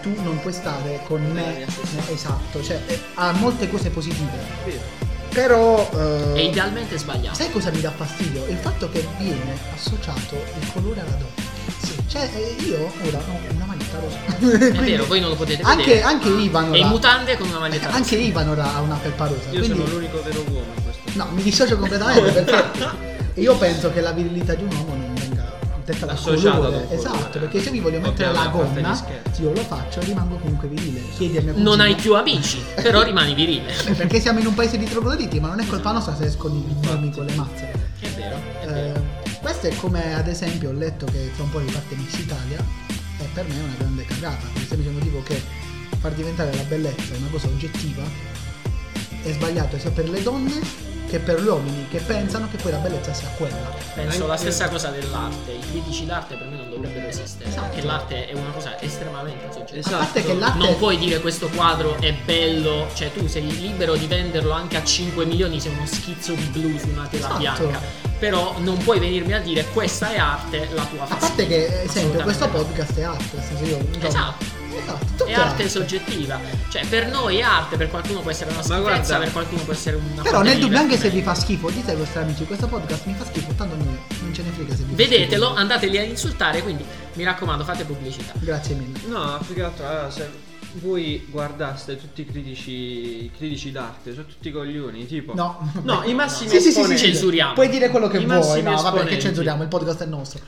B: tu non puoi stare con me. no, esatto, cioè eh, ha molte cose positive. Però... eh,
A: È idealmente sbagliato.
B: Sai cosa mi dà fastidio? Il fatto che viene associato il colore alla donna. Sì. Cioè, eh, io ora ho una maglietta rosa.
A: È vero, voi non lo potete
B: anche-
A: vedere.
B: anche
A: ma
B: Ivan
A: È in
B: la-
A: mutande con una maglietta.
B: Anche Ivan ora ha una felpa rosa.
E: Io
B: quindi...
E: sono l'unico vero uomo in questo.
B: No, mi dissocio completamente perché io penso che la virilità di un uomo non venga detta dal
E: Associata
B: colore.
E: al colore.
B: Esatto, perché se mi voglio mettere
E: Dobbiamo
B: la
E: fare gli
B: gonna,
E: scherzi.
B: io lo faccio, rimango comunque virile. Chiedi a mia
A: Non
B: cugina.
A: hai più amici, però rimani virile.
B: Eh, Perché siamo in un paese di trogloditi, ma non è colpa nostra se escono i bignomi con le mazze.
A: È vero, è
B: Eh,
A: vero.
B: questo è come ad esempio ho letto che tra un po' riparte Miss Italia e per me è una grande cagata, per il semplice motivo che far diventare la bellezza una cosa oggettiva è sbagliato sia per le donne che per gli uomini che pensano che poi la bellezza sia quella.
A: Penso la stessa cosa dell'arte. I critici d'arte per me non dovrebbero esistere.
B: Esatto.
A: Perché l'arte è una cosa estremamente soggettiva.
B: A parte
E: Esatto.
B: che l'arte
A: Non puoi dire questo quadro è bello, cioè tu sei libero di venderlo anche a 5 milioni se è uno schizzo di blu su una tela
B: Esatto.
A: bianca, però non puoi venirmi a dire questa è arte, la tua
B: A
A: fatica.
B: parte che ad esempio questo
A: Assolutamente.
B: podcast è arte, nel senso io insomma,
A: Esatto.
B: esatto, tutto
A: È arte soggettiva, cioè per noi è arte, per qualcuno può essere una
E: Ma
A: schifezza,
E: guarda-
A: per qualcuno può essere una
B: Però
A: forma
B: nel
A: di
B: dubbio anche se vi
A: divertimento.
B: fa schifo, dite ai vostri amici questo podcast mi fa schifo, tanto noi non ce ne frega se vi fa
A: Vedetelo,
B: schifo.
A: andateli a insultare, quindi mi raccomando fate pubblicità.
B: Grazie mille.
E: No, più che altro, allora, se voi guardaste tutti i critici, i critici d'arte, sono tutti coglioni, tipo...
B: No,
E: No, i massimi
B: Sì, sì, sì, sì,
E: esponenti...
B: sì.
A: Censuriamo.
B: Puoi dire quello che
E: I
B: vuoi,
E: massimi
B: no, vabbè, che
E: esponenti.
B: censuriamo, il podcast è nostro.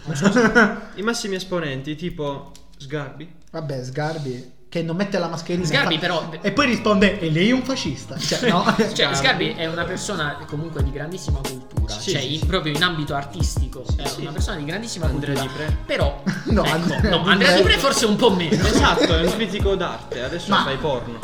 E: I massimi esponenti, tipo Sgarbi.
B: vabbè, Sgarbi che non mette la mascherina.
A: Sgarbi
B: fa-
A: però-
B: e poi risponde "E lei è un fascista". Cioè, no.
A: Cioè, Sgarbi è una persona comunque di grandissima cultura,
E: Sì,
A: cioè
E: sì,
A: in-
E: sì.
A: proprio in ambito artistico, è
E: sì.
A: una persona di grandissima
E: Andrea Di
A: cultura.
E: Pre.
A: Però
B: No,
A: ecco,
B: Andrea
A: no,
B: Di
A: Andrea Di
B: Pre-
A: Pre forse un po' meno. Cioè,
E: Esatto, è un critico d'arte, adesso
B: Ma-
E: fai porno.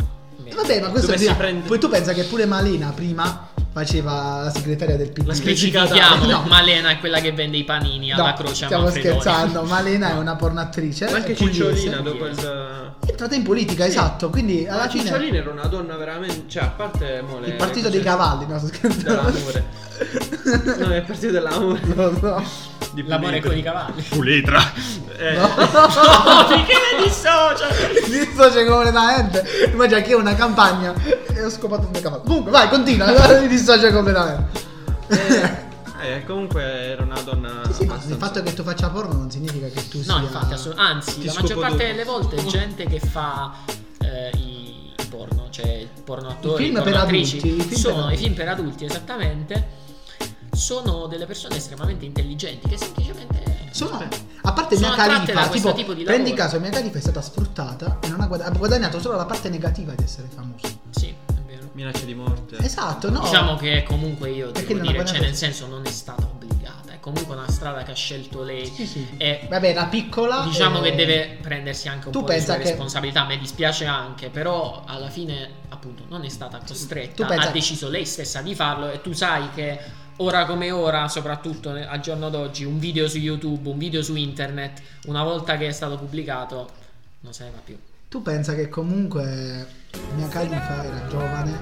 B: vabbè, ma questo
E: Dove si
B: è
E: prende-
B: Poi tu pensa che pure Malina prima faceva la segretaria del PD.
A: La
B: No,
A: specifichiamo,
B: no,
A: Malena è quella che vende i panini alla croce a
B: stiamo
A: Manfredoni.
B: scherzando, Malena è una pornattrice.
E: Ma anche
B: è eh. pugliese.
E: Cicciolina dopo il...
B: È entrata in politica, esatto, quindi alla
E: La
B: fine
E: Cicciolina era una donna veramente... Cioè, a parte... Mo, le-
B: il partito dei
E: cose
B: cavalli, no, sto scherzando.
E: Dell'amore. no, è il partito dell'amore.
B: Non lo so.
E: Di
A: L'amore
E: Pulido.
A: con i cavalli.
E: Puletra. Eh,
A: No, perché ne dissocio?
B: dissocio completamente. Immagina che io una campagna e ho scopato un cavallo. Comunque, vai, continua. Mi dissocio completamente.
E: eh, comunque era una donna...
B: Sì, sì, ma il
E: abbastanza-
B: fatto che tu faccia porno non significa che tu sia.
A: No, infatti, assu- anzi,
E: Ti
A: la maggior
E: scopo
A: parte
E: dopo.
A: delle volte è gente che fa eh, i i porno, cioè il porno attori,
B: I film per
A: porno attrici,
B: adulti, i film per
A: sono i
B: adulti.
A: film per adulti esattamente. Sono delle persone estremamente intelligenti che semplicemente
B: Sono,
A: Aspetta.
B: a parte
A: Cioè, Sono
B: mia
A: attratte da
B: califa,
A: questo
B: tipo,
A: tipo di
B: prendi
A: lavoro.
B: caso, mia califa è stata sfruttata e non ha guada- ha guadagnato solo la parte negativa di essere famoso.
A: Sì, è vero.
E: Minacce di morte.
B: Esatto, no?
A: Diciamo che comunque io
B: Perché
A: devo
B: non ha
A: dire, cioè
B: guadagnato-
A: nel senso non è stata obbligata, è comunque una strada che ha scelto lei.
B: Sì, sì.
A: E
B: Vabbè, era piccola.
A: Eh, diciamo
B: e-
A: che deve prendersi anche un
B: tu
A: po' di
B: pensa
A: sue
B: che-
A: responsabilità, mi dispiace anche, però alla fine appunto non è stata costretta,
B: tu pensa-
A: ha deciso lei stessa di farlo e tu sai che ora come ora, soprattutto ne- al giorno d'oggi, un video su YouTube, un video su internet, una volta che è stato pubblicato, non se ne va più.
B: Tu pensa che comunque mia Calma fa era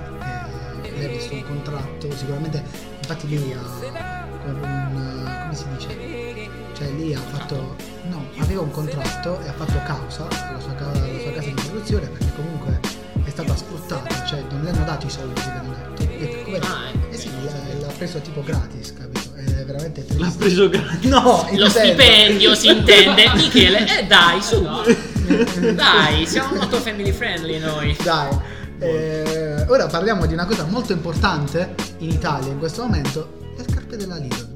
B: giovane, e lei ha visto un contratto, sicuramente infatti lei ha come un, come si dice? Cioè lei ha fatto no, aveva un contratto e ha fatto causa alla sua, ca- alla sua casa di produzione perché comunque è stata sfruttata, cioè non le hanno dato i soldi che le hanno detto. E come-
A: Ah,
B: eh sì,
A: ecco.
B: l'ha, l'ha preso tipo gratis, capito? È veramente triste.
C: L'ha preso gratis.
B: No, in
A: Lo
B: senso-
A: stipendio si intende, Michele. Eh dai, su. Dai, siamo molto family friendly noi.
B: Dai, eh, ora parliamo di una cosa molto importante in Italia in questo momento, le scarpe della Lidl.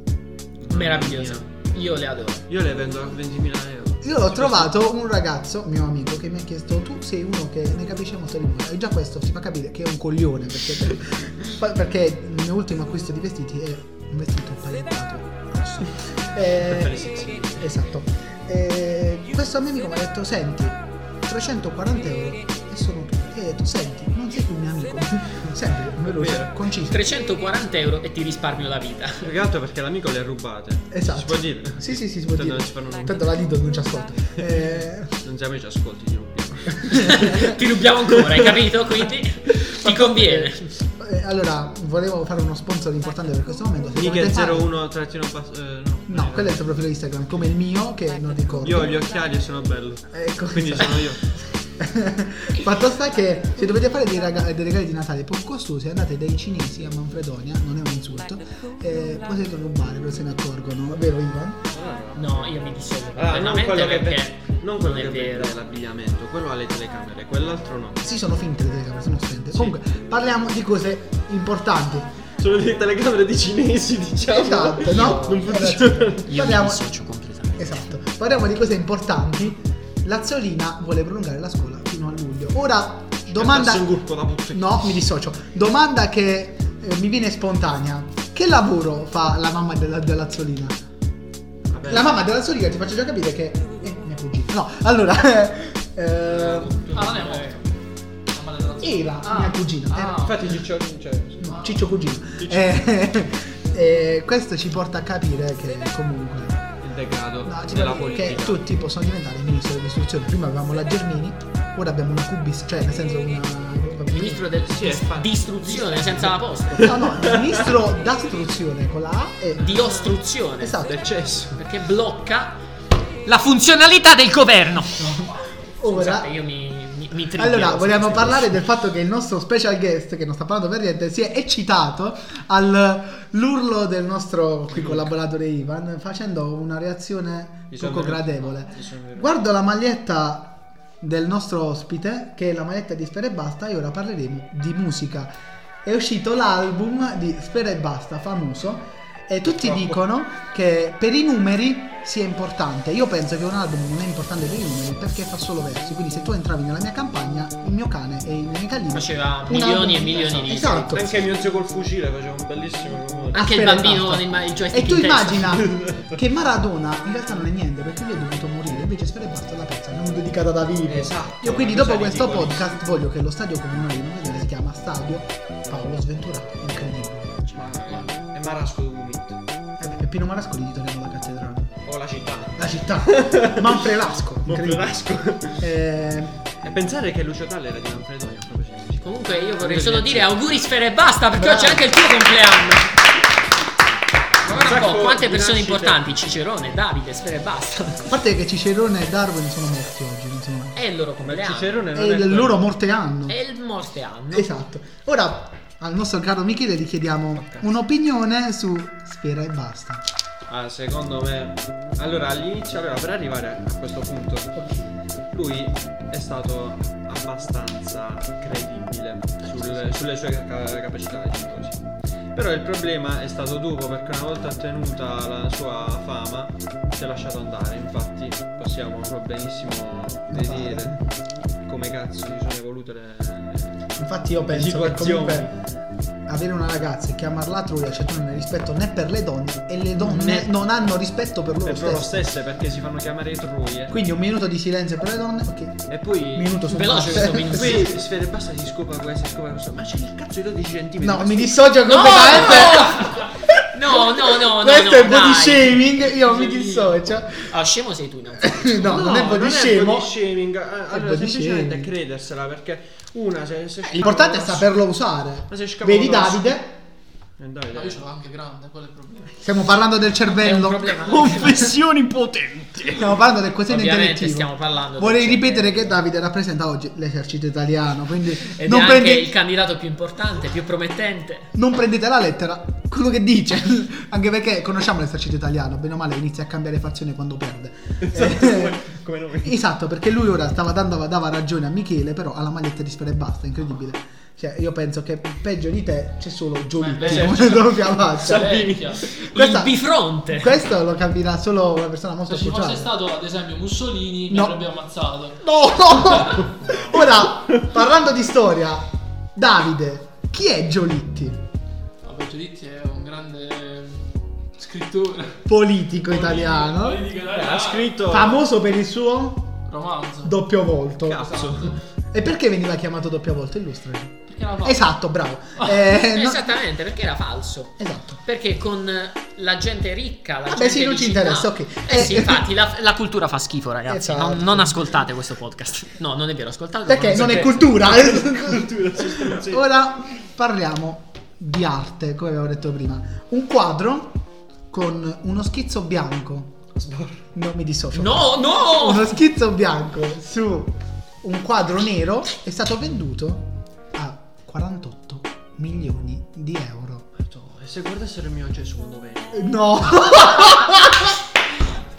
A: Meravigliosa. Io le adoro.
C: Io le vendo a 20.000 euro.
B: Io ho trovato un ragazzo, mio amico, che mi ha chiesto, tu sei uno che ne capisce molto di moda. E già questo si fa capire che è un coglione, perché, poi- perché il mio ultimo acquisto di vestiti è un vestito palettato rosso. Eh,
C: fare sexy.
B: esatto. Eh, questo mio amico mi ha detto, senti, 340 euro e sono tu. E io ho detto, senti, non sei più un mio amico. Sempre, veloce,
C: Vero.
B: conciso.
A: 340 euro e ti risparmio la vita.
C: Più che altro perché l'amico le ha rubate.
B: Esatto.
C: Si può dire?
B: Sì, sì, sì, si può
C: Tanto
B: dire.
C: non ci fanno nulla.
B: Tanto la Lidl non ci ascolta. Eh,
C: Non siamo i ci ascolti, ti rubiamo.
A: ti rubiamo ancora, hai capito? Quindi ti conviene.
B: eh, allora, volevo fare uno sponsor importante per questo momento. Se volete fare-
C: Michel01 trattino basso. eh, no,
B: No, quello è il tuo profilo Instagram, come il mio, che non ricordo.
C: Io ho gli occhiali e sono bello.
B: Ecco,
C: Quindi sono io.
B: Fatto sta che se dovete fare dei, raga- dei regali di Natale poco costosi andate dai cinesi a Manfredonia, non è un insulto, eh, potete rubare, però se ne accorgono, vero Ivan?
A: No, io mi dissocio
C: Allora, non
A: completamente
C: Ah, quello che
A: perché
C: vende- non quello
A: non è
C: che
A: vero.
C: vende l'abbigliamento, quello ha le telecamere, quell'altro no.
B: Sì, sono finte le telecamere, sono spente. Comunque, parliamo di cose importanti.
C: Sono delle telecamere di cinesi, diciamo.
E: Cioè,
B: Esatto, no?
C: Non funziona.
B: Ragazzi,
A: Io mi
B: Parliamo,
A: dissocio completamente.
B: esatto, parliamo di cose importanti. Lazzolina vuole prolungare la scuola fino a luglio. Ora, domanda...
C: Un gruppo da puttana.
B: No, mi dissocio. Domanda che eh, mi viene spontanea. Che lavoro fa la mamma della, della Lazzolina?
C: Vabbè.
B: La mamma della Lazzolina ti faccio già capire che... Eh, mia cugina. No, allora... eh, eh,
D: Ah, non è morto. La maledetta.
B: Eva,
D: Ah.
B: mia cugina.
D: Ah.
B: eh,
E: Infatti Ciccio cioè,
B: no, Ciccio cugino. Eh, eh, questo ci porta a capire che comunque...
C: Il degrado
B: No, tipo,
C: della
B: che
C: politica.
B: tu tipo sono diventare ministro dell'istruzione. Prima avevamo la Germini, ora abbiamo una Cubis, cioè nel senso una.
A: Ministro del-
C: Sì, è fatto.
A: di istruzione senza l'apostrofo.
B: No, no, ministro d'astruzione con la A e.
A: Di ostruzione.
B: Esatto.
C: Del cesso.
A: Perché blocca la funzionalità del governo.
B: Ora.
A: Scusate, esatto, io mi, mi, mi trigger.
B: Allora, vogliamo parlare del fatto che il nostro special guest, che non sta parlando per niente, si è eccitato all'urlo del nostro qui collaboratore Ivan, facendo una reazione
E: Mi sono
B: poco
E: venuto-
B: gradevole.
E: mi sono venuto-
B: Guardo la maglietta del nostro ospite, che è la maglietta di Spera e Basta, e ora parleremo di musica. È uscito l'album di Spera e Basta, famoso, e tutti
E: Purtroppo.
B: dicono che per i numeri sia importante. Io penso che un album non è importante per i numeri perché fa solo versi. Quindi se tu entravi nella mia campagna, il mio cane e il mio calino
A: Faceva milioni e milioni di
B: Esatto.
E: Anche mio zio col fucile faceva un bellissimo rumore.
A: Anche il
B: Spera e
A: bambino
B: basta.
A: con il, ma- il joystick
B: E tu
A: in testa.
B: immagina che Maradona in realtà non è niente perché lui è dovuto morire, invece Spera e Basta è la pezza non dedicata da vivo.
E: Esatto,
B: Io quindi
E: una
B: dopo
E: cosa
B: questo
E: ridicola.
B: podcast voglio che lo stadio comunale di Novedere si chiama Stadio Paolo Sventurato, incredibile.
E: Ma, ma- è Marasco Gumit.
B: Eh, perché Pino Marascoli gli torniamo la cattedrale.
E: O la città.
B: La città. Manfrelasco. incredibile. Eh,
C: E pensare che Lucio Talla era di Manfredonia proprio così.
A: Comunque io vorrei solo dire auguri sfere e basta perché oggi è anche il tuo compleanno. Ma guarda un po'
C: sacco
A: quante
C: di
A: persone
C: nascite.
A: importanti, Cicerone, Davide, sfere e basta.
B: a parte che Cicerone e Darwin sono morti oggi, non sono morti.
A: È il loro compleanno.
C: Cicerone Eh, non
B: E
C: è
B: le
C: quello.
B: loro morte hanno.
A: È il morte anno.
B: Esatto. Ora al nostro caro Michele gli chiediamo un'opinione su Sfera e basta.
C: Ah, secondo me. Allora, all'inizio, allora, per arrivare a questo punto, lui è stato abbastanza credibile sul- sulle sue ca- capacità. diciamo così. Però il problema è stato dopo, perché una volta ottenuta la sua fama, si è lasciato andare. Infatti, possiamo benissimo vedere come cazzo si sono evolute le.
B: Infatti io penso che
C: Situazioni.
B: comunque avere una ragazza e chiamarla Trulia, cioè tu non hai rispetto né per le donne e le donne
C: Né-
B: non hanno rispetto per loro
C: Per loro
B: stesse.
C: stesse, perché si fanno chiamare truie.
B: Quindi un minuto di silenzio per le donne, ok.
C: E poi.
B: Minuto su
A: Veloce
B: basta.
A: questo minuto.
C: Poi Sfera e basta si scopa questo, si scopa questo. Ma c'è il cazzo di 12 centimetri.
B: No,
C: Ma
B: mi dissocio
A: No,
B: completamente.
A: no! No, no, no, no.
B: Questo
A: no,
B: è body
A: dai.
B: shaming, io mi dissocio.
A: Ah, scemo sei tu, no?
B: No, non è body
E: Non
B: scemo.
E: è body shaming. eh, Allora,
B: body
E: semplicemente
B: shaming. Eh,
E: credersela perché una se, se
B: L'importante è
E: scappano-
B: saperlo usare.
E: Ma se scappano
B: Vedi
E: da-
B: Davide?
E: Eh, Davide,
D: Ma io ce l'ho anche grande, qual è il problema?
B: Stiamo parlando del
A: È un
B: cervello.
A: problema.
F: Confessioni potenti.
B: Stiamo parlando del quoziente
A: Ovviamente
B: intellettivo.
A: stiamo parlando. del
B: Vorrei
A: cervello.
B: ripetere che Davide rappresenta oggi l'esercito italiano, quindi
A: Ed è
B: non,
A: anche
B: prende-
A: il candidato più importante, più promettente.
B: non prendete alla lettera quello che dice, anche perché conosciamo l'esercito italiano, bene o male inizia a cambiare fazione quando perde. Eh,
E: come nome.
B: Esatto, perché lui ora stava dando dava ragione a Michele, però alla maglietta di Spera e basta, incredibile. Cioè, io penso che peggio di te c'è solo Giolitti,
D: beh,
B: come
A: certo.
B: lo chiamavate.
D: Vecchia.
B: Questa-
A: il bifronte.
B: Questo lo capirà solo una persona molto
D: Se ci fosse
B: sociale.
D: stato ad esempio Mussolini mi
B: No.
D: avrebbe ammazzato.
B: No! Ora, parlando di storia, Davide, chi è Giolitti?
D: Vabbè, Giuditti è un grande mm, scrittore.
B: Politico italiano,
D: Politica
E: Eh,
D: italiana.
E: Ha scritto
B: famoso per il suo
D: Romanzo.
B: doppio volto.
E: cazzo.
B: E perché veniva chiamato doppio volto? Illustrami.
D: Perché era fatto?
B: Esatto, bravo. Eh, no-
A: Esattamente, perché era falso.
B: Esatto.
A: Perché con eh, la gente ricca, la
B: Vabbè,
A: gente
B: Ah, sì, non
A: di
B: ci
A: città-
B: interessa, ok.
A: Eh sì,
B: Eh,
A: infatti, la, la cultura fa schifo, ragazzi.
B: Esatto.
A: Non, non ascoltate questo podcast. No, non è vero, ascoltate.
B: Perché non è cultura. Ora parliamo di arte, come avevo detto prima. Un quadro con uno schizzo bianco. Non mi dissocio.
A: No, no!
B: Uno schizzo bianco su un quadro nero è stato venduto a 48 milioni di euro.
E: Certo, E se guardassero il mio Gesù dove è?
B: No!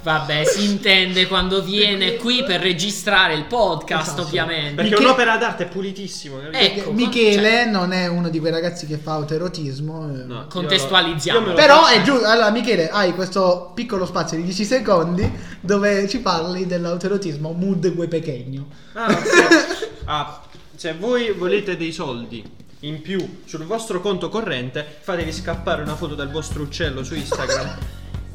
A: Vabbè, si intende quando viene qui per registrare il podcast,
B: Esatto.
A: ovviamente.
E: Perché
B: Miche-
E: un'opera d'arte è pulitissimo, capito?
A: Eh, Ecco,
B: Michele non è uno di quei ragazzi che fa autoerotismo. eh.
E: No, io-
A: Contestualizziamo.
E: io me lo
B: Però
E: faccio-
B: è giusto. Allora, Michele, hai questo piccolo spazio di 10 secondi dove ci parli dell'autoerotismo mood gue pechegno.
E: Ah, ok. Ah, se voi volete dei soldi in più sul vostro conto corrente, fatevi scappare una foto del vostro uccello su Instagram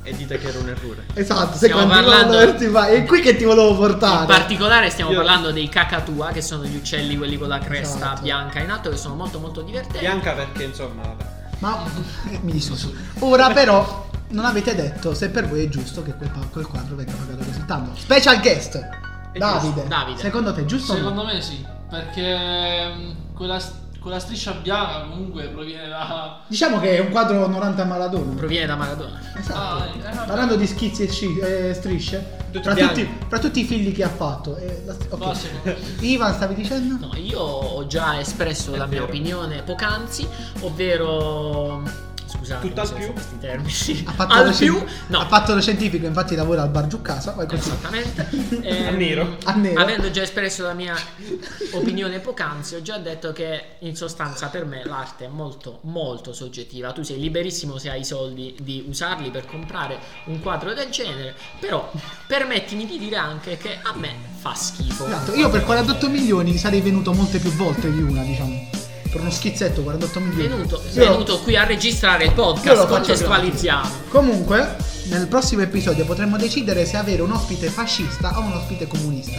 E: e dite che era un errore.
B: Esatto, se
A: Stiamo
B: continuano
A: parlando-
B: a doverti fare- È qui che ti volevo portare.
A: In particolare stiamo
E: Io-
A: parlando dei cacatua, che sono gli uccelli quelli con la cresta
B: Esatto.
A: bianca in alto, che sono molto molto divertenti.
E: Bianca perché insomma, vabbè.
B: Ma eh, mi dissocio. Ora, però, non avete detto se per voi è giusto che quel, pa- quel quadro venga pagato così tanto. Special guest. Davide.
A: giusto, Davide.
B: Secondo te è giusto? o no?
D: Secondo me sì, perché mm, quella, quella striscia bianca comunque proviene da...
B: Diciamo che è un quadro onorante a Maradona.
A: Proviene da Maradona.
B: Esatto.
D: Ah, eh, vabbè.
B: Parlando di schizzi e sci- eh, strisce,
E: Tutti
B: fra
E: bianchi.
B: tutti, fra tutti i figli che ha fatto, eh, la- ok.
D: No, secondo me.
B: Ivan, stavi dicendo?
A: No, io ho già espresso la mia
E: vero.
A: opinione poc'anzi, ovvero. Scusate,
E: Tutto al
A: uso
E: più?
A: questi termini.
B: Ha fatto,
A: al
B: lo,
A: più?
B: scien-
A: No, Esatto.
B: ha fatto lo scientifico, infatti lavora al bar Giuccasa. Vai continua.
A: esattamente.
E: A
A: Ehm,
E: nero.
B: A nero.
A: Avendo già espresso la mia opinione poc'anzi, ho già detto che in sostanza per me l'arte è molto molto soggettiva. Tu sei liberissimo se hai i soldi di usarli per comprare un quadro del genere, però permettimi di dire anche che a me fa schifo.
B: Esatto, io per 48 milioni sarei venuto molte più volte di una, diciamo. Per uno schizzetto 48 milioni.
A: Venuto,
B: Io-
A: venuto qui a registrare il
B: io lo
A: podcast,
B: faccio
A: contestualizziamo.
B: gratis. Comunque, nel prossimo episodio potremmo decidere se avere un ospite fascista o un ospite comunista.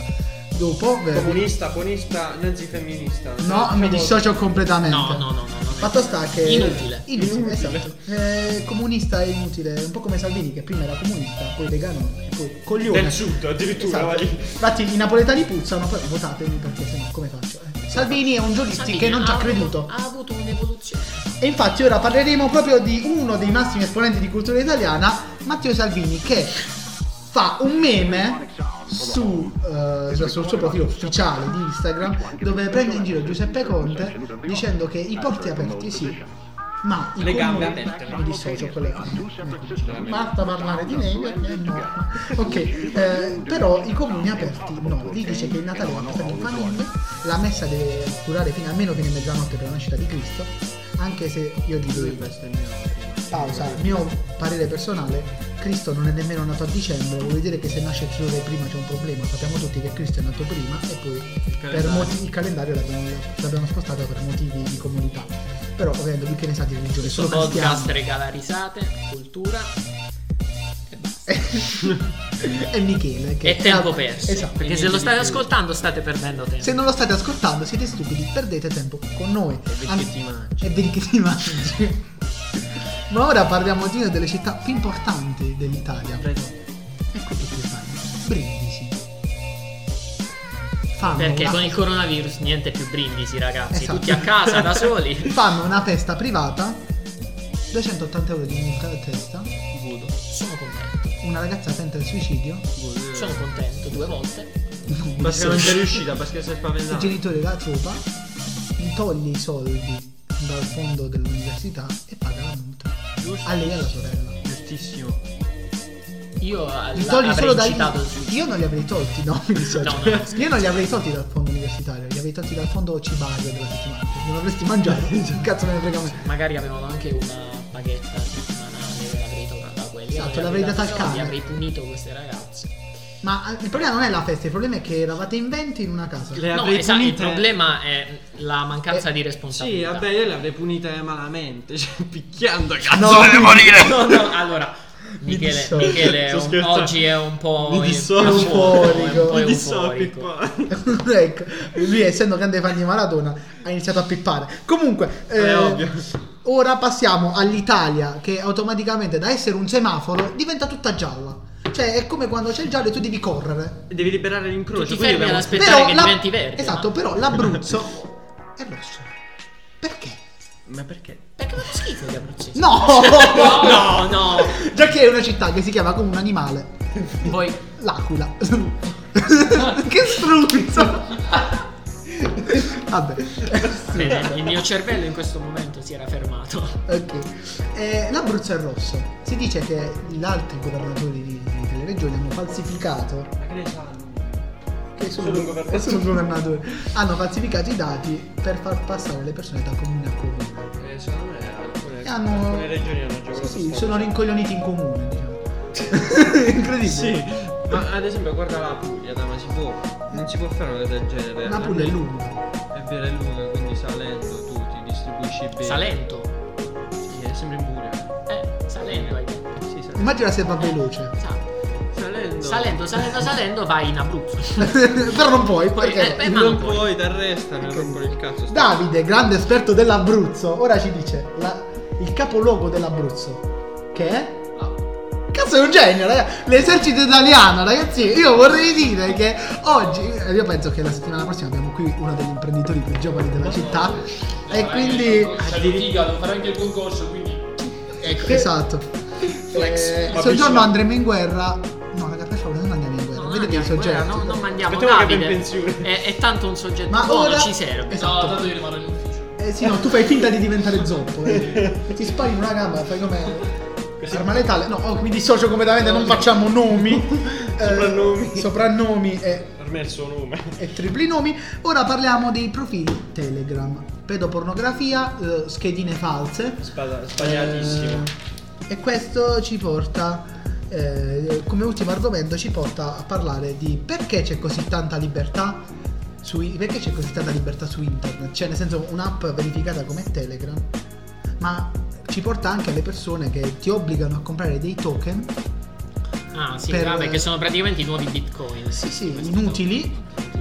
B: Dopo, ve-
E: Comunista, buonista, nazifemminista.
B: no, mi dissocio completamente.
A: No, no, no, no. no.
B: Fatto sta che.
A: Inutile.
B: Inutile,
E: Inutile.
B: esatto. Eh, comunista è inutile, un po' come Salvini che prima era comunista, poi vegano, e poi coglione.
E: Del sud, addirittura,
B: Esatto.
E: vai.
B: Infatti i napoletani puzzano, però votatemi perché sennò come faccio? eh? Salvini è un giuristi che non ci ha creduto.
A: Ha avuto un'evoluzione.
B: E infatti ora parleremo proprio di uno dei massimi esponenti di cultura italiana, Matteo Salvini, che fa un meme su, eh, sul sul suo profilo ufficiale di Instagram dove prende in giro Giuseppe Conte dicendo che i porti aperti sì, ma i
E: Le gambe
B: comuni-
E: aperte.
B: Mi dissocio con le gambe. Ecco. Basta parlare di lei perché no. Ok, eh, però i comuni aperti no. Lì dice che il Natale va passato in famiglia, la messa deve durare fino almeno fino a mezzanotte per la nascita di Cristo, anche se io dico pausa, il mio parere personale, Cristo non è nemmeno nato a dicembre, vuol dire che se nasce tre ore prima c'è un problema, sappiamo tutti che Cristo è nato prima e poi per
E: calendario.
B: motivi, il calendario l'abbiamo, l'abbiamo spostato per motivi di comunità. Però ovviamente lui che ne sa di religione, è
A: Questo
B: solo
A: podcast
B: cristiano.
A: regala risate, cultura.
B: E Michele che
A: E tempo
B: ah,
A: perso.
B: Esatto.
A: Perché se lo state ascoltando state perdendo tempo.
B: Se non lo state ascoltando siete stupidi, perdete tempo con noi.
E: E vedi che ti mangi.
B: E vedi che ti mangi. Ma ora parliamo di una delle città più importanti dell'Italia. Ecco tutti i fan. Brindisi. Fanno
A: Perché
B: una-
A: con il coronavirus niente più brindisi, ragazzi.
B: Esatto.
A: Tutti a casa da soli.
B: fanno una festa privata, 280 euro di multa a testa,
D: Vodo.
A: Sono contento.
B: una ragazza tenta il suicidio,
A: Sono contento due volte.
E: Perché non c'è riuscita, perché si è
B: i
E: spaventata.
B: genitori la trova, gli toglie i soldi dal fondo dell'università e paga la multa.
E: Giusto?
B: A lei e alla sorella.
E: Giustissimo.
A: Io la,
B: Li togli
A: avrei
B: solo dai.
A: citato il suicidio.
B: Io non li avrei tolti, no? mi dissocio.
A: No, no.
B: Io non li avrei tolti dal fondo universitario, li avrei tolti dal fondo cibario della settimana. Non avresti mangiato, che cazzo me ne frega a me.
A: Magari avevano anche una paghetta settimanale, l'avrei tolta da quelli.
B: Esatto,
A: Io
B: l'avrei data al
A: dato i soldi,
B: cane.
A: Avrei punito queste ragazze.
B: Ma eh, il problema non è la festa, il problema è che eravate in 20 in una casa.
E: Le
A: no,
E: avrei
A: esatto, il
E: punite.
A: problema è la
B: Eh,
A: mancanza di
E: Sì,
A: responsabilità.
E: vabbè, io le avrei punite malamente. Cioè, picchiando, cazzo.
B: No,
A: No, no, allora, Michele,
B: dissocio.
A: Michele
E: Sto
A: un-
E: scherzando.
A: oggi è un po'
E: Mi dissocio.
A: euforico, è un po'
B: Mi
E: So,
A: euforico.
E: Pippo.
B: ecco, lui essendo grande fan di Maradona ha iniziato a pippare. Comunque, eh,
E: ovvio.
B: ora passiamo all'Italia che automaticamente da essere un semaforo diventa tutta gialla. Cioè è come quando c'è il giallo e tu devi correre.
E: Devi liberare l'incrocio.
A: Tu ti
E: quindi
A: fermi ad
E: abbiamo-
A: aspettare che
B: la-
A: diventi verde.
B: Esatto,
A: ma-
B: però l'Abruzzo è rosso. Perché?
E: Ma perché?
A: Perché fanno schifo gli abruzzesi.
B: No!
A: no, no.
B: Già che è una città che si chiama come un animale,
A: Poi
B: l'aquila. che struzzo! Vabbè.
A: bene, eh, il mio cervello in questo momento si era fermato.
B: Ok. Eh, L'Abruzzo è rosso. Si dice che gli altri governatori di- delle regioni hanno falsificato.
E: Ma che ne sanno?
B: Che sono,
E: Solo governatori.
B: eh, sono governatori. Hanno falsificato i dati per far passare le persone da comune a comune.
E: Eh, secondo me alcune,
B: Eh, Hanno-
E: alcune regioni hanno giocato
B: Sì, sì,
E: sta
B: sono
E: cosa.
B: rincoglioniti in comune, diciamo. Incredibile.
E: Sì, ma ad esempio guarda la Puglia, dai, ma si può, non si può fare una cosa del genere.
B: Una pulla è lunga.
E: È vero, è lunga, quindi Salento tu ti distribuisci bene.
A: Salento.
E: Sì, è sempre in Puglia.
A: Eh, Salento. hai detto.
E: Sì, Salento.
B: Immagina se va veloce.
A: Sa-
E: Salento.
A: Salento, Salento, Salento, vai in Abruzzo.
B: Però non puoi,
A: Poi,
B: perché...
A: eh, beh, ma
E: Non
A: non puoi.
E: puoi, ti arrestano, rompono il cazzo. sta-
B: Davide, grande esperto dell'Abruzzo, ora ci dice la- il capoluogo dell'Abruzzo. Che è?
A: Ah.
B: Cazzo è un genio, ragazzi. L'esercito italiano, ragazzi. Io vorrei dire che oggi, eh, io penso che la settimana prossima abbiamo qui uno degli imprenditori più giovani della città. E quindi...
D: Figa, devo fare anche il concorso, quindi.
B: Ecco, esatto. Eh, soggiorno andremo in guerra. No, raga, per favore, non andiamo in guerra.
A: No, non
B: Vedete i
A: andiamo, guarda,
B: soggetti.
A: no, non mandiamo
E: Aspettiamo che va in
A: Davide.
E: pensione.
A: È, è tanto un soggetto
B: Ma
A: buono,
B: ora-
A: ci serve.
B: Esatto.
D: No, tanto io rimarrò in ufficio.
B: Eh sì, no, tu fai finta di diventare zoppo. eh. Ti spari in una gamba, fai come. Arma letale. No, oh, mi dissocio completamente, non facciamo nomi. Eh,
E: Soprannomi.
B: soprannomi e,
E: Per me è il suo nome.
B: e tripli nomi. Ora parliamo dei profili Telegram. Pedopornografia, eh, schedine false.
E: Spada- sbagliatissimo.
B: Eh, e questo ci porta. eh, come ultimo argomento ci porta a parlare di perché c'è così tanta libertà sui, perché c'è così tanta libertà su internet? Cioè, nel senso, un'app verificata come Telegram, ma ci porta anche alle persone che ti obbligano a comprare dei token,
A: Ah, sì,
B: Per-
A: vabbè, che sono praticamente i nuovi bitcoin.
B: sì, sì, inutili,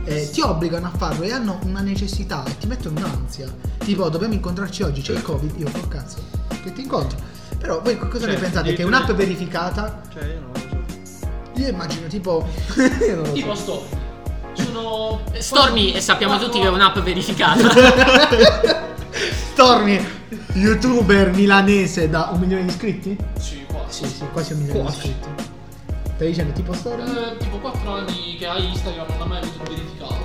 B: eh, ti obbligano a farlo e hanno una necessità e ti mettono un'ansia. Tipo, dobbiamo incontrarci oggi, c'è il Covid, io col cazzo, che ti incontro. Però voi cosa ne
E: Cioè,
B: pensate? Che
E: addirittura-
B: un'app verificata,
E: Cioè, io non lo so.
B: io immagino tipo... io non lo so.
D: Tipo Stormy. Sono.
A: Eh, Stormy, e sappiamo
D: quattro-
A: tutti che è un'app verificata.
B: Stormy, youtuber milanese da un milione di iscritti?
D: Sì, quasi.
B: Sì, sì, quasi un milione di
E: Quasi.
B: iscritti. Stai dicendo tipo Stormy?
D: Eh, tipo 4 anni che ha Instagram non ha mai avuto un verificato.